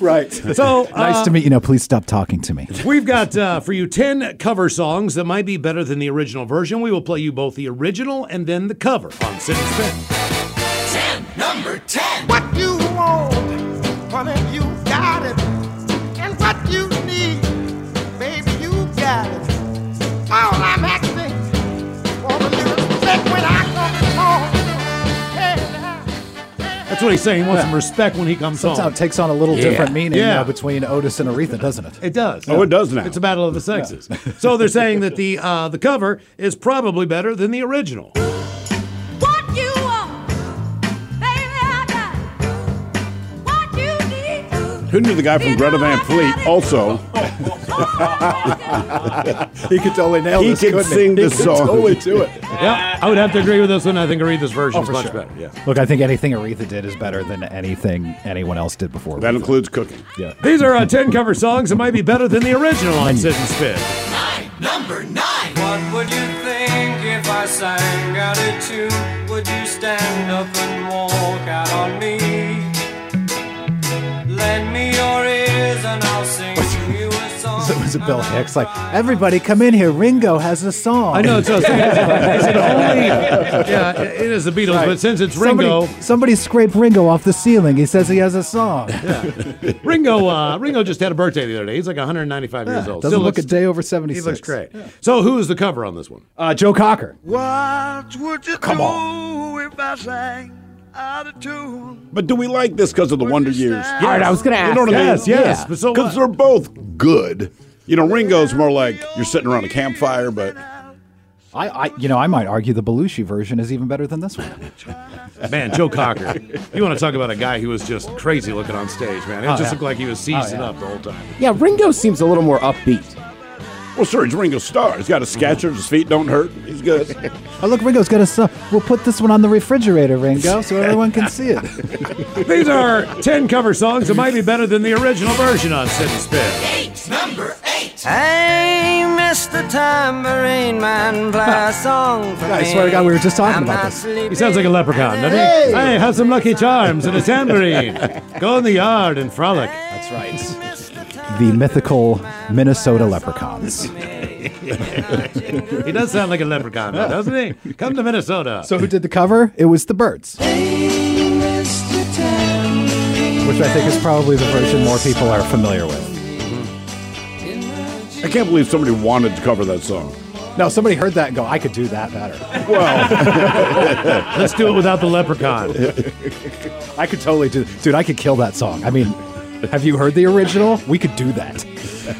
(laughs) Right. So (laughs) nice to uh, meet you. Now, please stop talking to me. We've got uh, for you 10 cover songs that might be better than the original version. We will play you both the original and then the cover on Sit and Spin. Number 10. What you want, honey? That's what he's saying. He wants some respect when he comes Somehow home. it takes on a little Yeah. different meaning Yeah. uh, between Otis and Aretha, doesn't it? It does. Oh, it does now. It's a battle of the sexes. so they're saying that the uh, the cover is probably better than the original. What you want, baby, I got. What you need, Who knew the guy from Greta Van Fleet also? he could totally nail He this, could couldn't he? sing He this could song. totally do it. yeah, I would have to agree with this one. I think Aretha's version Oh, is for much sure. better. Yeah. Look, I think anything Aretha did is better than anything anyone else did before. That includes cooking. Yeah. These are uh, 10 cover songs that might be better than the original on Sit and Spit. Number nine. What would you think if I sang out a tune? Would you stand up and walk out on me? Lend me your ears and I'll sing you a song. So was it Bill Hicks? Like, everybody come in here. Ringo has a song. I know, it's us. Is (laughs) it only- Yeah, it is the Beatles, Right. but since it's Somebody- (laughs) Ringo. Somebody, scraped Ringo off the ceiling. He says he has a song. Yeah. Ringo, uh, Ringo just had a birthday the other day. He's like 195 years Yeah, old. doesn't Still look looks- a day over He 76. looks great. So who is the cover on this one? Uh, Joe Cocker. What would you Come do on. if I sang out of tune? But do we like this because of the Wonder Years? All right, I was gonna You know ask what I mean? that. Yes, yes, but so Because they're both good. You know, Ringo's more like you're sitting around a campfire, but I, I, you know, I might argue the Belushi version is even better than this one. (laughs) Man, Joe Cocker. you want to talk about a guy who was just crazy looking on stage, man. It Oh, just yeah. looked like he was Oh, yeah. seizing up the whole time. Yeah, Ringo seems a little more upbeat. Well, sure, he's Ringo Starr. He's got a scatcher. His feet don't hurt. He's good. Oh, look, Ringo's got a song. We'll put this one on the refrigerator, Ringo, so everyone can see (laughs) it. These are 10 cover songs that might be better than the original version on Sit and Spit. Eight. Number eight. Hey, Mr. Tambourine Man, play a song for I me. swear to God, we were just talking about this. He sounds like a leprechaun, doesn't he? Hey! Hey, have some Lucky Charms and a tambourine. Go in the yard and frolic. That's right. The mythical Minnesota leprechauns. (laughs) he does sound like a leprechaun, though, doesn't he? Come to Minnesota. So who did the cover? It was the Birds, which I think is probably the version more people are familiar with. I can't believe somebody wanted to cover that (laughs) song. No, somebody heard that and go, I could do that better. Well, Let's do it without the leprechaun. (laughs) I could totally do, dude. I could kill that song. I mean, have you heard the original? We could do that.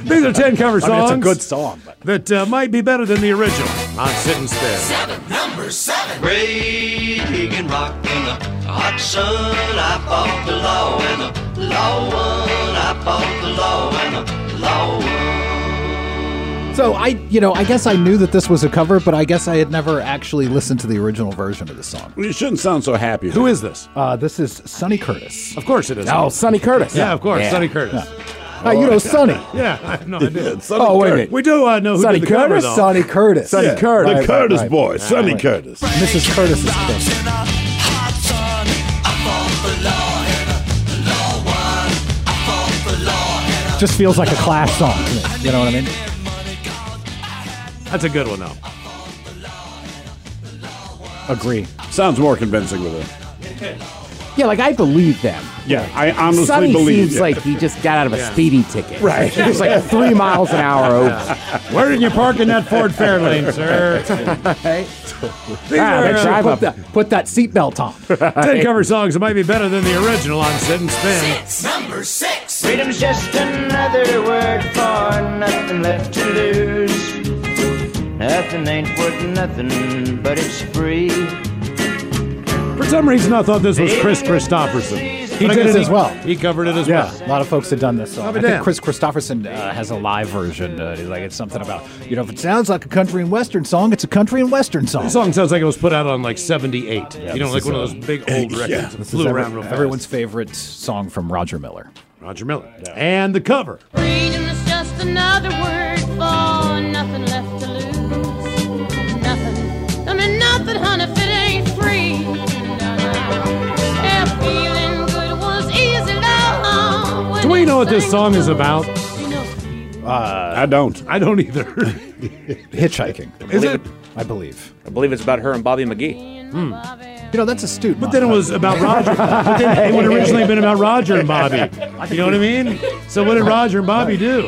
These are 10 (laughs) cover I mean, songs. it's a good song. That uh, might be better than the original on Sit and Spit. Seven. Number seven. Breaking and rock in the hot sun. I fought the law and the law won. I fought the law and the law So I, you know, I guess I knew that this was a cover, but I guess I had never actually listened to the original version of the song. You shouldn't sound so happy. Who is this? Uh, this is Sonny Curtis. Of course it is. Oh, Sonny Curtis. Yeah, of course. Yeah. Sonny Curtis. Oh, you know Sonny. (laughs) Yeah, I have no idea. oh, wait a minute. We do uh, know who Sonny did the Curtis. cover, though. Sonny Curtis. Sonny Curtis. The Curtis boy, Sonny Curtis. Mrs. Curtis's thing. Just feels like a Clash song. to me. You know what I mean? That's a good one, though. Agree. Sounds more convincing with it. Yeah, like I believe them. Yeah, I honestly Sonny believe seems you. like he just got out of a Yeah. speeding ticket. Right. He was like three miles an hour over. (laughs) Where did you park in that Ford (laughs) Fairlane, sir? Ah, Right. These Ah, are, that uh, drive put up. that- Put that seatbelt on. Ten cover songs that might be better than the original on Sit and Spin. Number six. Freedom's just another word for nothing left to lose. Nothing ain't worth nothing, but it's free. For some reason, I thought this was Chris Christopherson. I He did guess it as well. He covered it as yeah, well. a lot of folks have done this song. I'll I be think damned. Chris Christopherson uh, has a live version. Uh, like it's something about you know if it sounds like a country and western song, it's a country and western song. This song sounds like it was put out on like '78. you know, this like is, one of uh, those big (laughs) old records that This is flew every- around real fast. everyone's favorite song from Roger Miller. Roger Miller and the cover. Freedom is just another word for nothing left to lose. Nothing. I mean, nothing, honey, if it ain't free. Yeah, feeling good was easy, love. Do we know what this song is about? Uh, I don't. I don't either. (laughs) Hitchhiking. Is it? I believe. I believe it's about her and Bobby McGee. You know that's astute. But then it was about (laughs) Roger. But then it would originally have been about Roger and Bobby. You know what I mean? So what did Roger and Bobby do?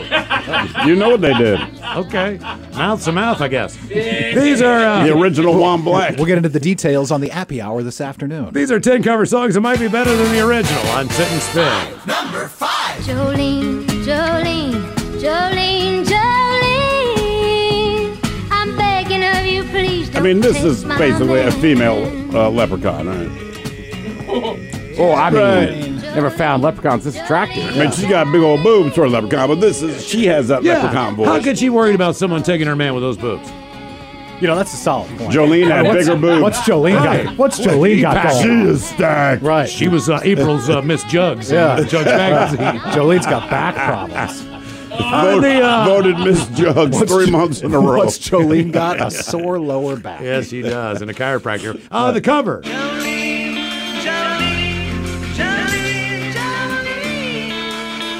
You know what they did. Okay. Mouth to mouth, I guess. These are uh, The original Juan Black. We'll get into the details on the happy hour this afternoon. These are 10 cover songs that might be better than the original on Sit and Spin. Jolene, Jolene, Jolene, Jolene. I'm begging of you, please. I Don't mean, this take is my basically a man. female uh, leprechaun, right? Oh, I mean, Right. never found leprechauns this attractive. I mean, she's got big old boobs for a leprechaun, but this is she has that leprechaun voice. How could she worried about someone taking her man with those boobs? You know, that's a solid point. Jolene had What's- bigger boobs. what's Jolene got- what's Jolene got going She on? is stacked. Right. She was uh, April's uh, Miss Jugs. Yeah. Jugs (laughs) magazine. Jolene's got back problems. On the, uh, voted Miss Jugs What's three Jo- months in a row. What's Jolene got? (laughs) A sore lower back. Yes, he does, and a chiropractor. Uh, the cover.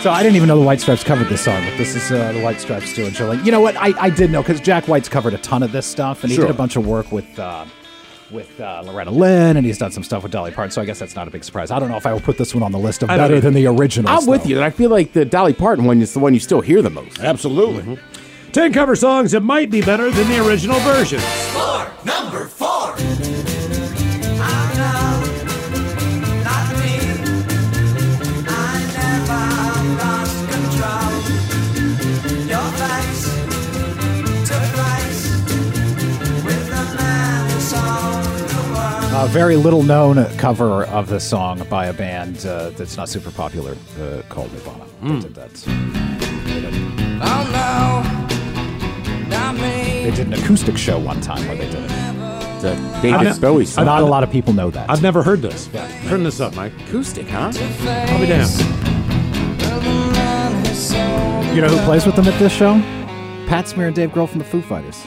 So I didn't even know the White Stripes covered this song, but this is uh, the White Stripes doing Jolene. You know what? I, I did know because Jack White's covered a ton of this stuff, and he Sure. did a bunch of work with uh, with uh, Loretta Lynn, and he's done some stuff with Dolly Parton. So I guess that's not a big surprise. I don't know if I will put this one on the list of I don't better than the either. original. I'm with you. And I feel like the Dolly Parton one is the one you still hear the most. Absolutely. 10 Mm-hmm. cover songs that might be better than the original version. A very little known cover of this song by a band uh, that's not super popular uh, called Nirvana. They did that. They did an acoustic show one time where they did it. It's a David Bowie song. Not a lot of people know that. I've never heard this. Turn this up, Mike. Acoustic, huh? I'll be damned. You know who plays with them at this show? Pat Smear and Dave Grohl from the Foo Fighters.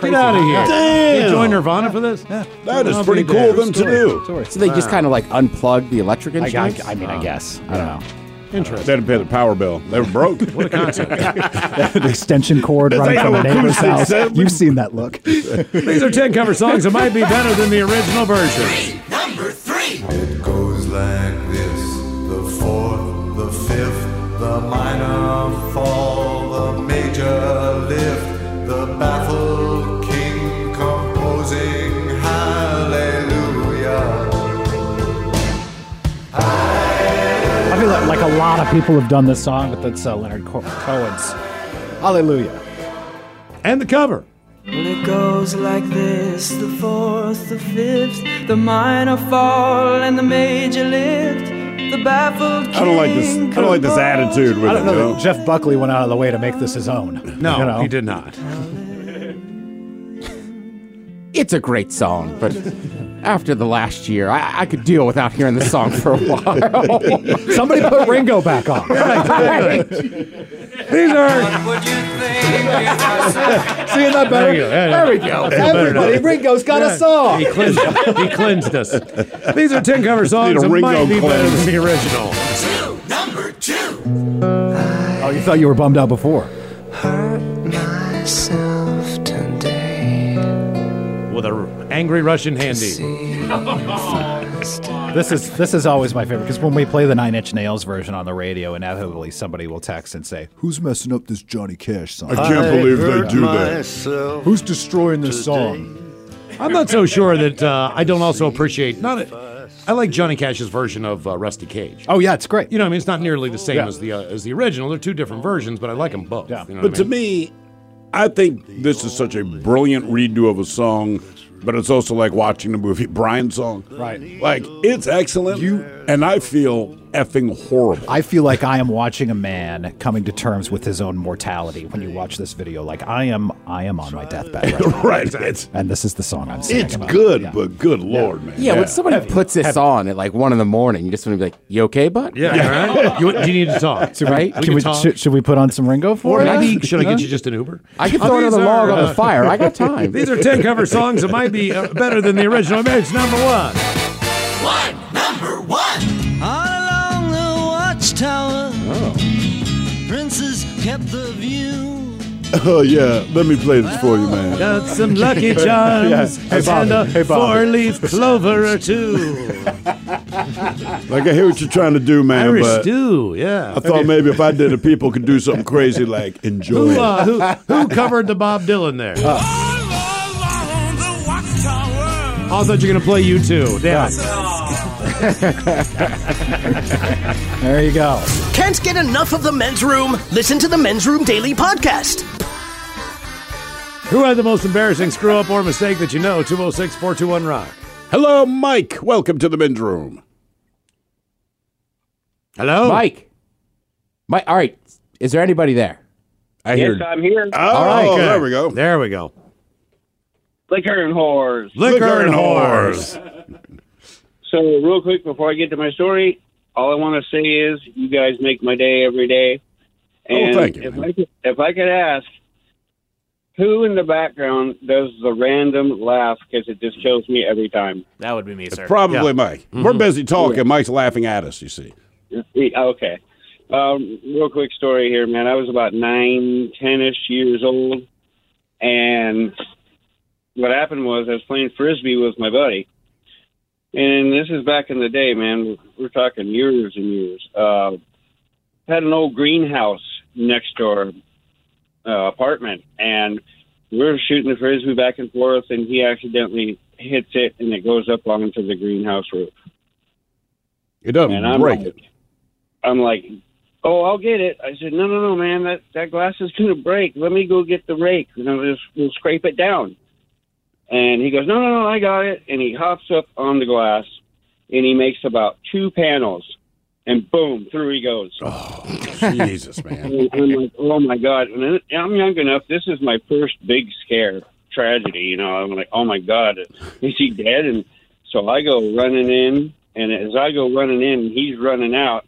Get out of here. Damn. You (laughs) join Nirvana for this? That is I'll pretty be cool damned. of them to Story, do. story. So they just Wow. kind of like unplug the electric I- I- instruments. Oh. I mean, I guess. I don't know. Interesting. They had to pay the power bill. They were broke. (laughs) what a (laughs) concept. An extension cord That's running like from a how neighbor's acoustic house. sound- You've seen that look. (laughs) These are 10 cover songs that might be better than the original version. It goes like this the fourth, the fifth, the minor fall, the major lift, the baffled king composing hallelujah. I feel like, like a lot of people have done this song, but that's uh, Leonard Co- Cohen's Hallelujah. And the cover. When it goes like this the fourth, the fifth, the minor fall, and the major lift, the baffled king. I don't like this. I don't like this attitude with I it. don't know you that Jeff Buckley went out of the way to make this his own. No, You know? he did not. It's a great song, (laughs) but after the last year, I, I could deal without hearing this song for a (laughs) while. Somebody put Ringo back (laughs) on. These are. Seeing that better? There we go. Everybody, Ringo's got a song. He cleansed, he cleansed us. These are 10 cover songs Need a that might Ringo be better cleanse. than the original. Oh, you thought you were bummed out before. myself today. With an angry Russian handy. This is this is always my favorite because when we play the Nine Inch Nails version on the radio, inevitably somebody will text and say, "Who's messing up this Johnny Cash song?" I can't believe they do that. Who's destroying this song? I'm not so sure that uh, I don't also appreciate. Not a, I like Johnny Cash's version of uh, Rusty Cage. Oh yeah, it's great. You know, I mean, it's not nearly the same Yeah. as the uh, as the original. They're two different versions, but I like them both. Yeah. But to me, I think this is such a brilliant redo of a song, but it's also like watching the movie Brian's song. Right. Like it's excellent. You and I feel effing horrible. I feel like I am watching a man coming to terms with his own mortality when you watch this video. Like I am, I am on my deathbed, right? now. (laughs) right. It's, and this is the song I'm singing. it's about. good, but good lord, man. yeah, when somebody puts this on at like one in the morning, you just want to be like, "You okay, bud? (laughs) all right. You, do you need to talk? Should we, Right? Can we, should, should we put on some Ringo for Or ya? maybe should I get you just an Uber? I can Uh, throw these another log are, on uh, the fire. I got time. (laughs) These are 10 cover songs that might be uh, better than the original. I mean, it's number one. On along the watchtower, Oh. princes kept the view. Oh yeah, let me play this for you, man. Got (laughs) (laughs) some Lucky Charms Yeah. and a Hey, Bobby. four-leaf clover or two. Like I hear what you're trying to do, man. Irish but stew, yeah. I thought maybe if I did it, people could do something crazy like enjoy. Who, it. uh, who, who covered the Bob Dylan there? Uh. Oh, I thought you were going to play you too. Damn. (laughs) There you go. Can't get enough of the men's room? Listen to the Men's Room Daily Podcast. Who had the most embarrassing screw up or mistake that you know? 206 421 Rock. Hello, Mike. Welcome to the men's room. Hello, Mike. Mike, all right. Is there anybody there? I Oh, yes, Oh, I'm here. All right, good. go. There we go. Liquor and whores. Liquor and whores. (laughs) So, real quick before I get to my story, all I want to say is you guys make my day every day. Oh, And thank you, If I, could, if I could ask, who in the background does the random laugh? Because it just kills me every time. That would be me, sir. Mm-hmm. Probably Mike. Mm-hmm. We're busy talking. Yeah. Mike's laughing at us. You see. oh, Okay. Um, real quick story here, man. I was about nine, ten-ish years old, and what happened was I was playing frisbee with my buddy, and this is back in the day, man. We're talking years and years. Uh, had an old greenhouse next to our uh, apartment, and we were shooting the frisbee back and forth, and he accidentally hits it, and it goes up onto the greenhouse roof. It doesn't And I'm break. like, I'm like, oh, I'll get it. I said, no, no, no, man, that that glass is gonna break. Let me go get the rake, and I'll just we'll scrape it down. And he goes, no, no, no, I got it. And he hops up on the glass, and he makes about two panels, and boom, through he goes. Oh, Jesus, man! I'm like, oh my god. And then- and I'm young enough. This is my first big scare tragedy. You know, I'm like, oh my god, is he dead? And so I go running in, and as I go running in, he's running out,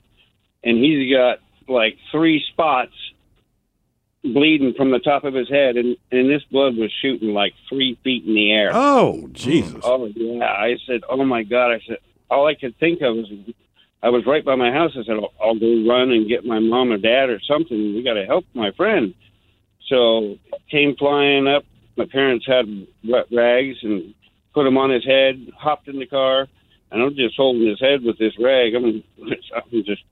and he's got like three spots bleeding from the top of his head, and and this blood was shooting like three feet in the air. Oh, Jesus. Oh yeah, I said, oh my god. I said, all I could think of was, I was right by my house. I said, I'll, I'll go run and get my mom or dad or something. We got to help my friend. So came flying up. My parents had wet rags and put him on his head. Hopped in the car, and I'm just holding his head with this rag. I'm, I'm just,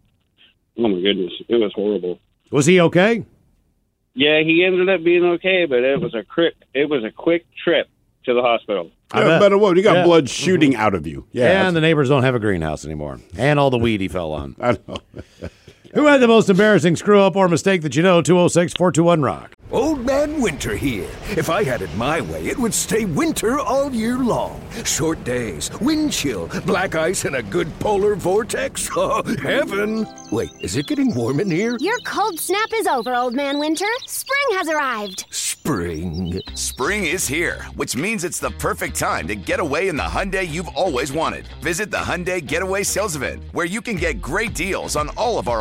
oh my goodness, it was horrible. Was he okay? Yeah, he ended up being okay, but it was a quick, it was a quick trip to the hospital. Yeah, no matter what, you got Yeah. Mm-hmm. blood shooting out of you. Yeah. and the neighbors don't have a greenhouse anymore. And all the weed he (laughs) fell on. I know. (laughs) Who had the most embarrassing screw up or mistake that you know? 206 421 Rock. Old Man Winter here. If I had it my way, it would stay winter all year long. Short days, wind chill, black ice, and a good polar vortex. (laughs) Oh, heaven! Wait, is it getting warm in here? Your cold snap is over, Old Man Winter. Spring has arrived. Spring. Spring is here, which means it's the perfect time to get away in the Hyundai you've always wanted. Visit the Hyundai Getaway Sales Event, where you can get great deals on all of our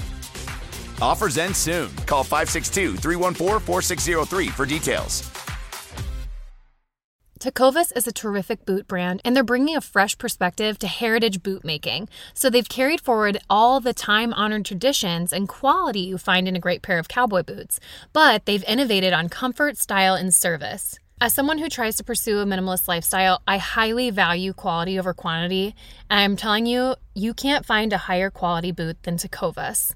Offers end soon. Call 562 314 4603 for details. Tecovas is a terrific boot brand, and they're bringing a fresh perspective to heritage boot making. So they've carried forward all the time honored traditions and quality you find in a great pair of cowboy boots, but they've innovated on comfort, style, and service. As someone who tries to pursue a minimalist lifestyle, I highly value quality over quantity, and I'm telling you, you can't find a higher quality boot than Tecovas.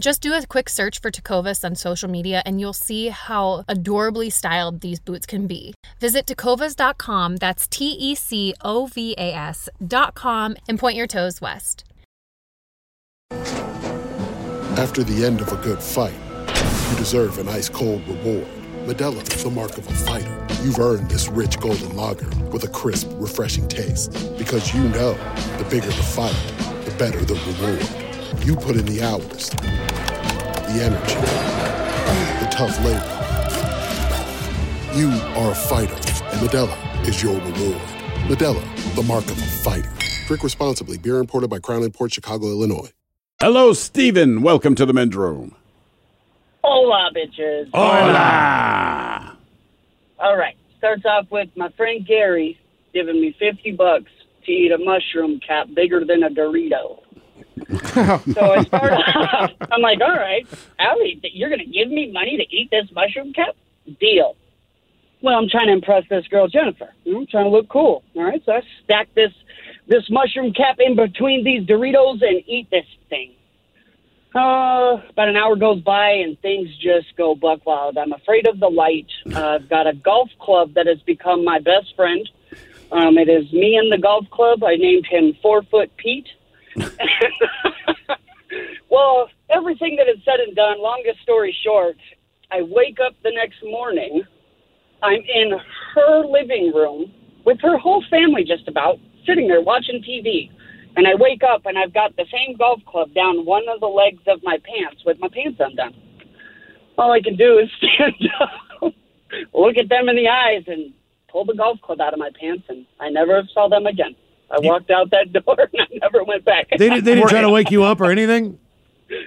Just do a quick search for Tecovas on social media and you'll see how adorably styled these boots can be. Visit tecovas.com, that's T E C O V A S.com, and point your toes west. After the end of a good fight, you deserve an ice cold reward. Medella is the mark of a fighter. you've earned this rich golden lager with a crisp, refreshing taste. Because you know the bigger the fight, the better the reward. You put in the hours, the energy, the tough labor. You are a fighter, and Medela is your reward. Medela, the mark of a fighter. Drink responsibly. Beer imported by Crown Port Chicago, Illinois. Hello, Steven. Welcome to the men's room. Hola, bitches. Oh. Hola. All right. Starts off with my friend Gary giving me 50 bucks to eat a mushroom cap bigger than a Dorito. so I start off, I'm like, all right, I'll eat that. You're going to give me money to eat this mushroom cap? Deal. Well, I'm trying to impress this girl, Jennifer. You know, I'm trying to look cool. All right. So I stack this, this mushroom cap in between these Doritos and eat this thing. Uh, about an hour goes by and things just go buck wild. I'm afraid of the light. Uh, I've got a golf club that has become my best friend. Um, it is me and the golf club. I named him Four Foot Pete. well, everything that is said and done, longest story short, I wake up the next morning. I'm in her living room with her whole family just about sitting there watching TV. And I wake up and I've got the same golf club down one of the legs of my pants with my pants undone. All I can do is (laughs) stand up, look at them in the eyes, and pull the golf club out of my pants, and I never saw them again. I walked out that (laughs) door and I never went back. They, didn't- they didn't try to wake you up or anything?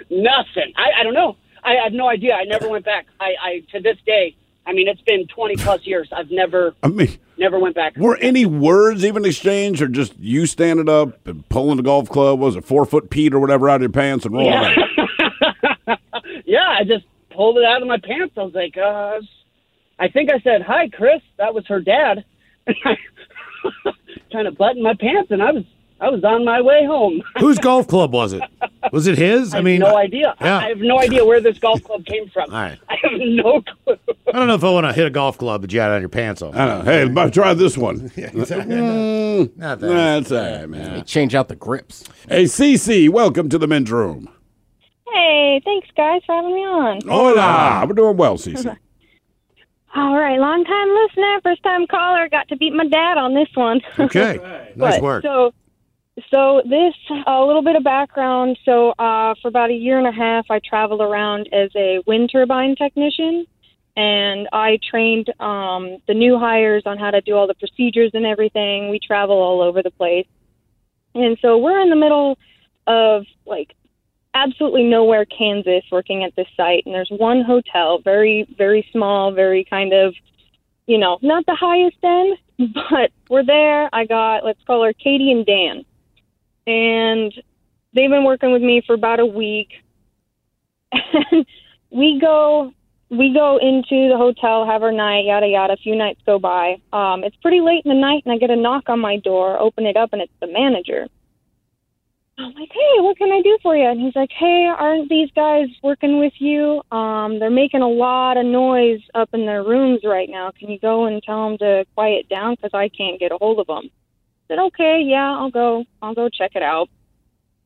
Nothing. I, I don't know. I, I have no idea. I never went back. I, I to this day. I mean, it's been twenty plus years. I've never, I mean, never went back. were any words even exchanged, or just you standing up and pulling the golf club? What was it four foot Pete or whatever out of your pants and rolling? Yeah. yeah, I just pulled it out of my pants. I was like, uh, I think I said, "Hi, Chris." That was her dad. (laughs) Trying to button my pants, and I was, I was on my way home. Whose golf club was it? Was it his? I, I mean, have no idea. I- yeah. I have no idea where this golf club came from. All right. (laughs) I have no clue. I don't know if I want to hit a golf club, but you had it on your pants off. I don't know. Hey, about try (laughs) this one. Mm, Not that. that's all right, man. change out the grips. Hey, CC, welcome to the men's room. Hey, thanks guys for having me on. Hola. We're doing well, CC. All right, long time listener, first time caller. Got to beat my dad on this one. (laughs) (laughs) Okay. Nice work. So, so this a little bit of background. So, uh, for about a year and a half, I traveled around as a wind turbine technician, and I trained um, the new hires on how to do all the procedures and everything. We travel all over the place, and so we're in the middle of like absolutely nowhere Kansas working at this site and there's one hotel very very small very kind of you know, not the highest end, (laughs) but we're there. I got, let's call her Katie and Dan. And they've been working with me for about a week. (laughs) And we go we go into the hotel, have our night, yada yada. A few nights go by. Um, it's pretty late in the night and I get a knock on my door, open it up and it's the manager. Oh I'm like, hey, what can I do for you? And he's like, hey, aren't these guys working with you? Um, they're making a lot of noise up in their rooms right now. Can you go and tell them to quiet down because I can't get a hold of them? I said, okay, yeah, I'll go. I'll go check it out.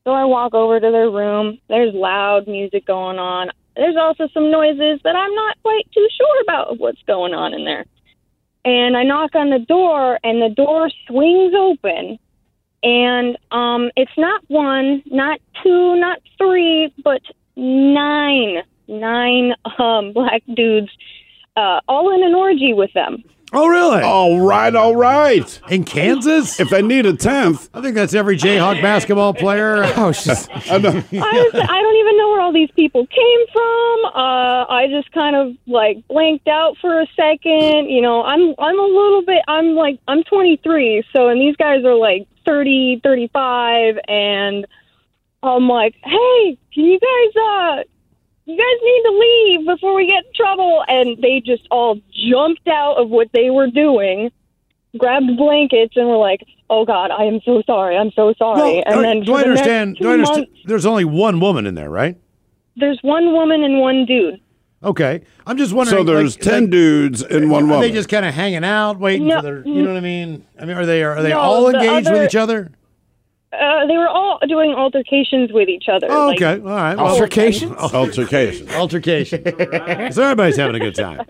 So I walk over to their room. There's loud music going on. There's also some noises that I'm not quite too sure about what's going on in there. And I knock on the door, and the door swings open. And um, it's not one, not two, not three, but nine, nine um, (laughs) black dudes, uh, all in an orgy with them. Oh, really? All right, all right. In Kansas? If they need a 10th. I think that's every Jayhawk (laughs) basketball player. oh, she's. I know. (laughs) I was I don't even know where all these people came from. Uh, I just kind of like blanked out for a second. You know, I'm I'm a little bit I'm like I'm 23, so and these guys are like 30, 35 and I'm like, "Hey, can you guys uh you guys need to leave before we get in trouble." And they just all jumped out of what they were doing, grabbed blankets and were like, "Oh god, I am so sorry. I'm so sorry." and then do for I the next understand? two Do I months- understand? There's only one woman in there, right? there's one woman and one dude. Okay. I'm just wondering. So there's like- 10 like, uh, dudes and one Are woman. they just kind of hanging out, waiting No, for their. You know what I mean? I mean, are they are they No, all the engaged with other- each other? Uh, they were all doing altercations with each other. Oh, like- okay. All right. Well, Altercations? (laughs) Altercations. (laughs) Altercation. so everybody's having a good time.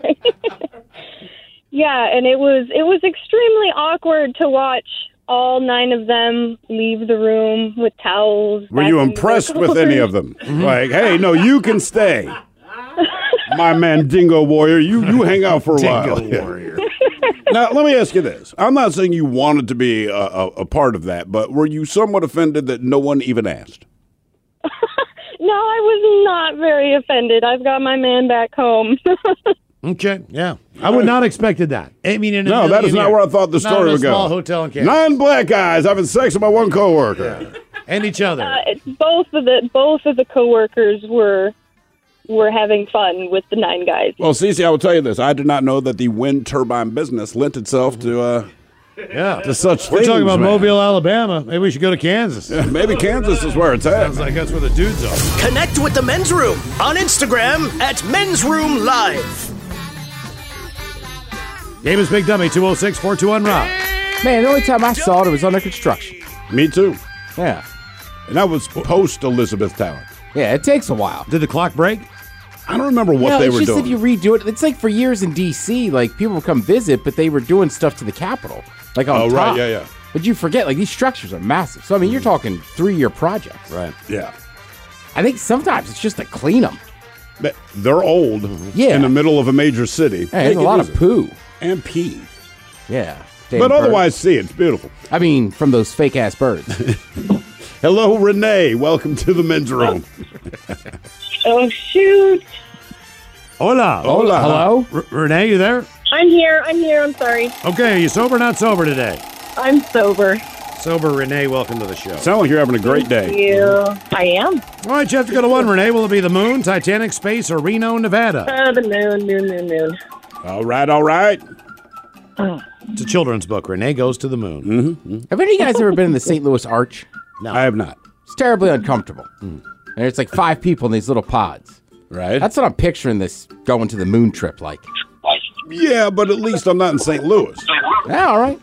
Yeah, and it was it was extremely awkward to watch all nine of them leave the room with towels. Were you impressed with any of (laughs) them? Mhm. Like, hey, no, you can stay. My man Dingo Warrior, you, you hang out for a Dingo while. Warrior. (laughs) now, let me ask you this. I'm not saying you wanted to be a, a, a part of that, but were you somewhat offended that no one even asked? (laughs) No, I was not very offended. I've got my man back home. (laughs) Okay, yeah. I would not have expected that. I mean, in a No, that is million not years. where I thought the Not story in a would go. small hotel in Kansas. Nine black guys having sex with my one coworker. and each other. Uh, it- both of the both of the coworkers were were having fun with the nine guys. Well, Cece, I will tell you this. I did not know that the wind turbine business lent itself to uh, yeah to such We're things. talking about man. Mobile, Alabama. Maybe we should go to Kansas. Yeah, maybe Kansas is where it's at. Sounds like that's where the dudes are. Connect with the men's room on Instagram at men's room live. Game is Big Dummy, 206 421 Rock. Man, the only time I saw it was under construction. Me too. Yeah. And that was post Elizabeth Tower. Yeah, it takes a while. Did the clock break? I don't remember what no, they it's were just doing. if you redo it, it's like for years in D.C., like people would come visit, but they were doing stuff to the Capitol, like on Oh, right, top. yeah, yeah. But you forget, like these structures are massive. So I mean, you're talking three-year projects. Right. Yeah. I think sometimes it's just to clean them. But They're old. Yeah. In the middle of a major city. Hey, there's a lot of poo and pee. Yeah. But otherwise, see, it's beautiful. I mean, from those fake ass birds. (laughs) Hello, Renee. Welcome to the (laughs) men's room. Oh shoot! Hola. Hola. Hello? R- Renee, you there? I'm here. I'm here. I'm sorry. Okay, are you sober, not sober today? I'm sober. Sober Renee, welcome to the show. Sound like you're having a great Thank day. you. I am. All right, you have to go to one, Renee. Will it be the moon, Titanic, space, or Reno, Nevada? Uh, the moon, moon, moon, moon. All right, all right. It's a children's book. Renee goes to the moon. Mm-hmm. Have any of you guys ever been in the St. Louis Arch? No. I have not. It's terribly uncomfortable. And it's like five people in these little pods. Mm. Right. That's what I'm picturing this going to the moon trip like. Yeah, but at least I'm not in St. Louis. Yeah, all right.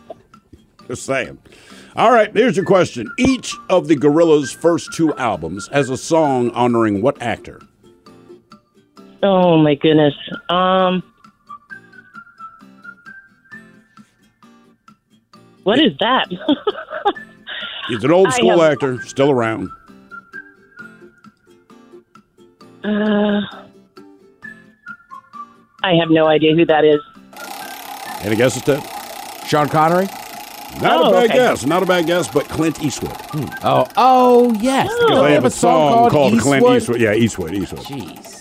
Just saying. All right, here's your question. Each of the Gorillas' first two albums has a song honoring what actor? Oh my goodness. Um, what is that? (laughs) He's an old I school have- actor, still around. uh, I have no idea who that is. Any guesses, Ted? Sean Connery? Not Oh, a bad okay. guess. Not a bad guess, but Clint Eastwood. Oh, oh yes. Because They they have a song called, Clint Eastwood? Eastwood. Yeah, Eastwood, Eastwood. Jeez.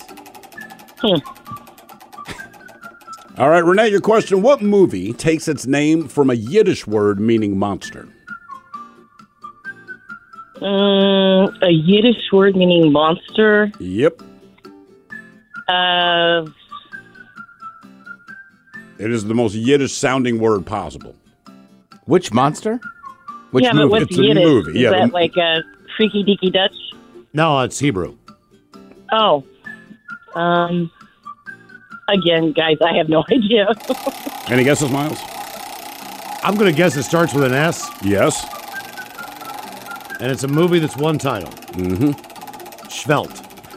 All right, Renee, your question. What movie takes its name from a Yiddish word meaning monster? Um, a Yiddish word meaning monster. Yep. Uh, It is the most Yiddish sounding word possible. Which monster? yeah, but what's it's Yiddish? a movie. Is Yeah, that the- like a freaky deaky Dutch? No, it's Hebrew. Oh. Um. Again, guys, I have no (laughs) idea. Any guesses, Miles? I'm going to guess it starts with an S, Yes. and it's a movie that's one title. Mm-hmm. Schvelt.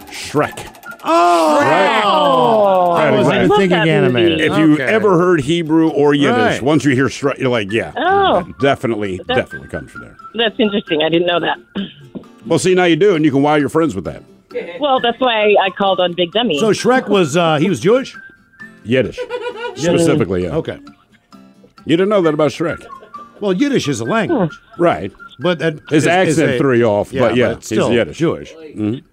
Shrek. Oh! Right. I oh, Right, wasn't exactly. even thinking animated. If you've Okay. ever heard Hebrew or Yiddish, Right. once you hear Shrek, you're like, yeah, Oh. definitely, That's- definitely comes from there. That's interesting. I didn't know that. Well, see, now you do, and you can wow your friends with that. Well, that's why I called on Big Dummy. So Shrek was, uh, he was Jewish? Yiddish, specifically, yeah. Okay. You didn't know that about Shrek. Well, Yiddish is a language. Right. But that His is- is accent a- threw you off, but yeah, it's still he's Yiddish. Jewish. Mhm.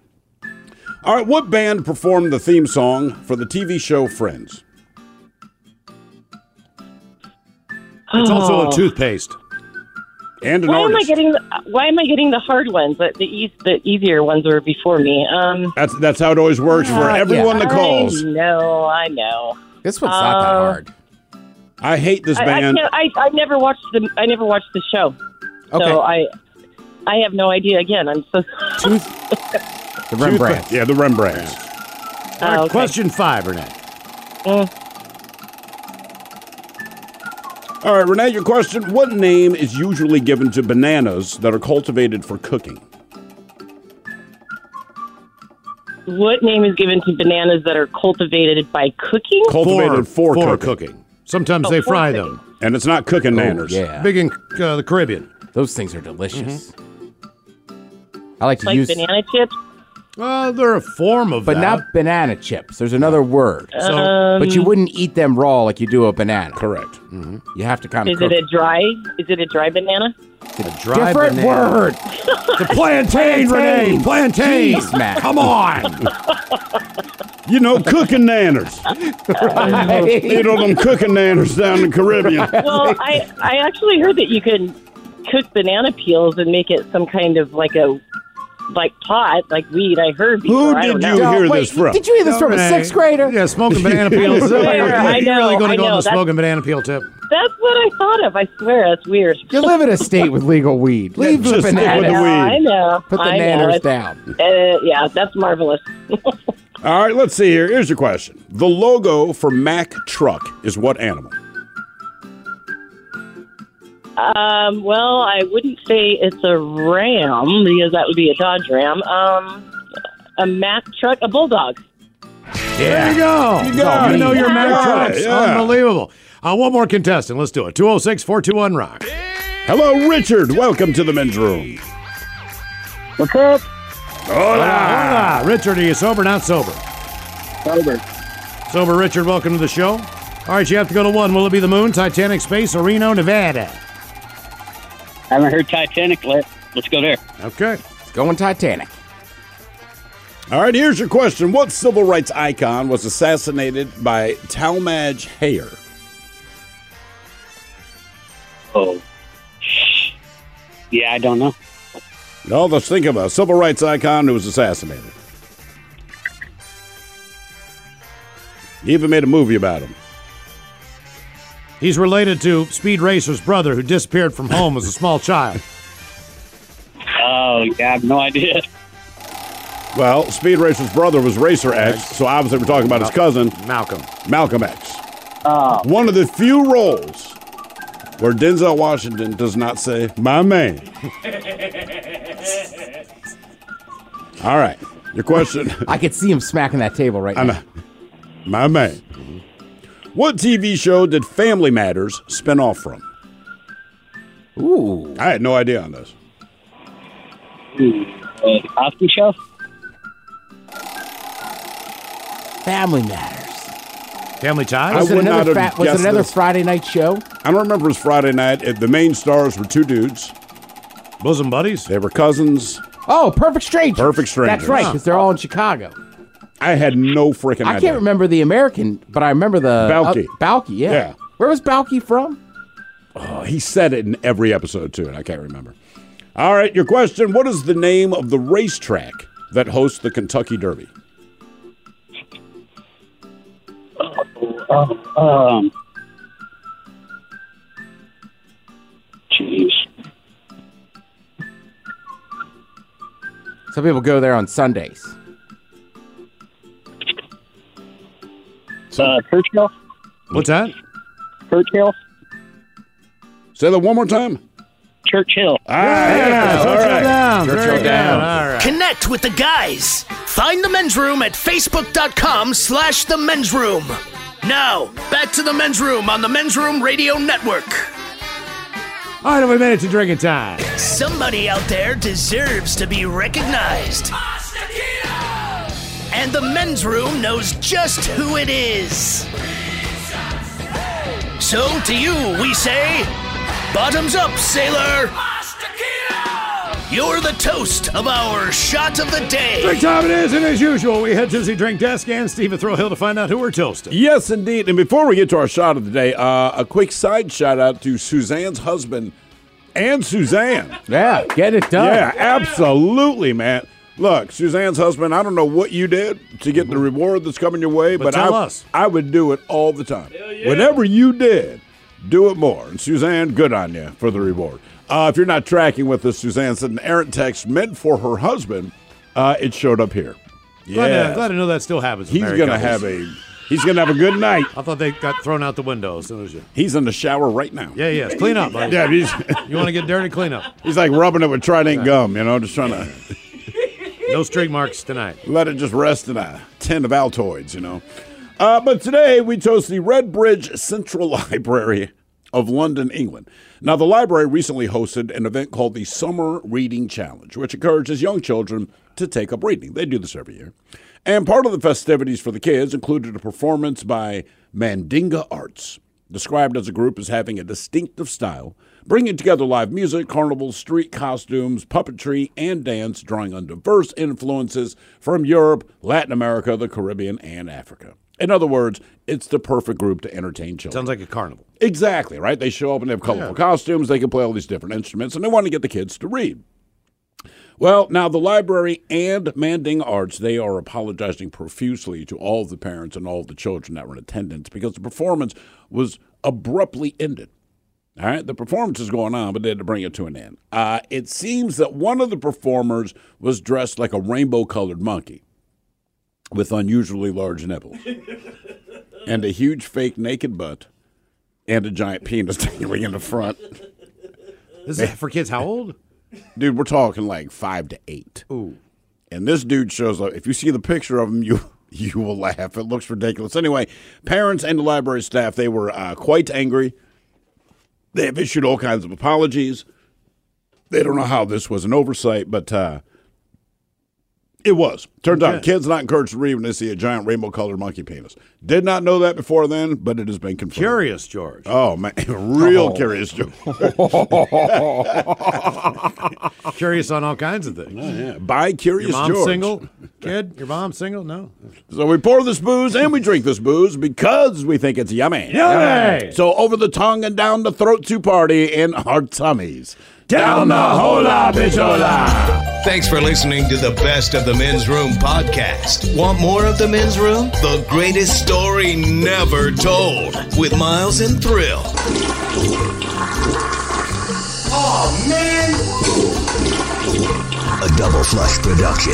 All right, what band performed the theme song for the TV show Friends? It's also Oh. a toothpaste. And an Why am I artist. getting? The, why am I getting the hard ones? The, the, eas- the easier ones were before me. Um, That's that's how it always works for Ah, everyone that calls. I know. I know. This one's not that Uh, hard. I hate this I, I, band. can't- I, I never watched the. I never watched the show. Okay. So I, I have no idea. Again, I'm so. (laughs) The Toothpa- Rembrandts. Yeah, the Rembrandts. Oh, okay. Question five, Renee. Mm. All right, Renee, your question. What name is usually given to bananas that are cultivated for cooking? What name is given to bananas that are cultivated by cooking? Cultivated for, for cooking. cooking. Oh, Sometimes they fry them. And it's not cooking Oh, nanners. yeah. Big in uh, the Caribbean. Those things are delicious. Mm-hmm. I like to Like use banana chips. Uh, they're a form of but that. not banana chips. There's another word. So- Um, but you wouldn't eat them raw like you do a banana. Correct. You have to kind of Is it a dry? Is it a dry banana? (laughs) a dry different banana. word? The plantain, Renee. Plantain. Jeez, Matt. Come on. (laughs) You know, cooking nanners. Right. You know them cooking nanners down in the Caribbean. (laughs) well, I, I actually heard that you could cook banana peels and make it some kind of like a like pot, like weed. I heard. Before. I don't know. Did you hear this from a Hey, sixth grader? Yeah, (laughs) smoking banana peels. Is that what you're, Swear, I you're really know, going I to go on know. the That's- smoking banana peel tip? That's what I thought of. I swear, that's weird. You (laughs) live in a state with legal weed. Leave the I bananas. know, I know. Put the I know. nanners It's- down. Uh, yeah, that's marvelous. All right, let's see here. Here's your question. The logo for Mack Truck is what animal? Um, well, I wouldn't say it's a ram because that would be a Dodge Ram. Um, a Mack truck, a bulldog. There you go. You got You it. know your Yeah. Mack Yeah. trucks. Unbelievable. Uh, one more contestant. Let's do it. 206 421 Rock. Hello, Richard. Welcome to the men's room. What's up? Hola. Richard, are you sober? Not sober. Sober. Sober, Richard. Welcome to the show. All right, you have to go to one. Will it be the moon, Titanic, space, or Reno, Nevada? I haven't heard Titanic. Let, let's go there. Okay. Going Titanic. All right, here's your question. What civil rights icon was assassinated by Talmadge Hayer? Oh. Yeah, I don't know. No, let's think of a civil rights icon who was assassinated. He even made a movie about him. He's related to Speed Racer's brother who disappeared from home as a small child. Oh, yeah, I have no idea. Well, Speed Racer's brother was Racer X, so obviously we're talking about his cousin, Malcolm. Malcolm X. Ah. One of the few roles where Denzel Washington does not say, (laughs) my man. (laughs) All right. Your question. I could see him smacking that table right now. My man. What TV show did Family Matters spin off from? Ooh. I had no idea on this. Uh, Cosby Show? Family matters. Family ties? Was I it would another, not have fa- was it guessed another this. Friday night show? I don't remember it was Friday night. It- The main stars were two dudes. Bosom buddies? They were cousins. Oh, Perfect Strangers. Perfect Strangers. That's right, because they're all in Chicago. I had no freaking I idea. can't remember the American, but I remember the Balky. uh, Balky, yeah. Yeah. Where was Balky from? Oh, he said it in every episode, too, and I can't remember. All right, your question. What is the name of the racetrack that hosts the Kentucky Derby? Oh, um. Jeez. Some people go there on Sundays. Uh, Churchill? What's that? Churchill? Say that one more time. Ah, Churchill. All right. Churchill down. Churchill down. Connect with the guys. Find the men's room at facebook.com slash the men's room. Now, back to the men's room on the Men's Room Radio Network. All right, and we made it to drinking time. Somebody out there deserves to be recognized. And the men's room knows just who it is. So to you, we say, bottoms up, sailor. You're the toast of our shot of the day. Drink time it is, and as usual, we head to the drink desk and Steve at Throw Hill to find out who we're toasting. Yes, indeed. And before we get to our shot of the day, uh, a quick side shout out to Suzanne's husband and Suzanne. (laughs) Yeah, get it done. Yeah, absolutely, man. Look, Suzanne's husband, I don't know what you did to get the reward that's coming your way, But but, tell I, us. I would do it all the time. Whenever you did, do it more. And Suzanne, good on you for the reward. Uh, if you're not tracking with us, Suzanne sent an errant text meant for her husband. Uh, it showed up here. Glad, Yeah. to, glad to know that still happens. with He's married gonna couples. have a he's gonna have a good night. I thought they got thrown out the window as soon as you. He's in the shower right now. Yeah, yes. Clean up, buddy. Yeah, he's, You want to get dirty? Clean up. he's like rubbing it with Trident gum, you know, just trying to Oh, No streak marks tonight. let it just rest in a tin of Altoids, you know. Uh, but today we chose the Redbridge Central (laughs) Library of London, England. Now, the library recently hosted an event called the Summer Reading Challenge, which encourages young children to take up reading. They do this every year. And part of the festivities for the kids included a performance by Mandinga Arts, described as a group as having a distinctive style, bringing together live music, carnivals, street costumes, puppetry, and dance, drawing on diverse influences from Europe, Latin America, the Caribbean, and Africa. In other words, it's the perfect group to entertain children. Sounds like a carnival. Exactly, right? They show up and they have colorful Yeah. costumes, they can play all these different instruments, and they want to get the kids to read. Well, now the library and Manding Arts, they are apologizing profusely to all the parents and all the children that were in attendance because the performance was abruptly ended. All right, the performance is going on, but they had to bring it to an end. Uh, it seems that one of the performers was dressed like a rainbow colored monkey with unusually large nipples (laughs) and a huge fake naked butt and a giant penis (laughs) dangling in the front. This is for kids how old? Dude, we're talking like five to eight. Ooh. And this dude shows up. If you see the picture of him, you (laughs) you will laugh. It looks ridiculous. Anyway, parents and the library staff they were uh, quite angry. They have issued all kinds of apologies. They don't know how this was an oversight, but uh, it was. Turns out Okay. kids not encouraged to read when they see a giant rainbow colored monkey penis. Did not know that before then, but it has been confirmed. Curious, George. Oh man, (laughs) real Oh. curious. George. (laughs) (laughs) curious on all kinds of things. yeah. By Curious Your mom George. single? Kid, your mom single? No. So we pour this booze and we drink this booze because we think it's yummy. Yummy! So over the tongue and down the throat to party in our tummies. Down the hola, bichola. Thanks for listening to the Best of the Men's Room podcast. Want more of the Men's Room? The greatest story never told with Miles and Thrill. Oh, man. A double flush production.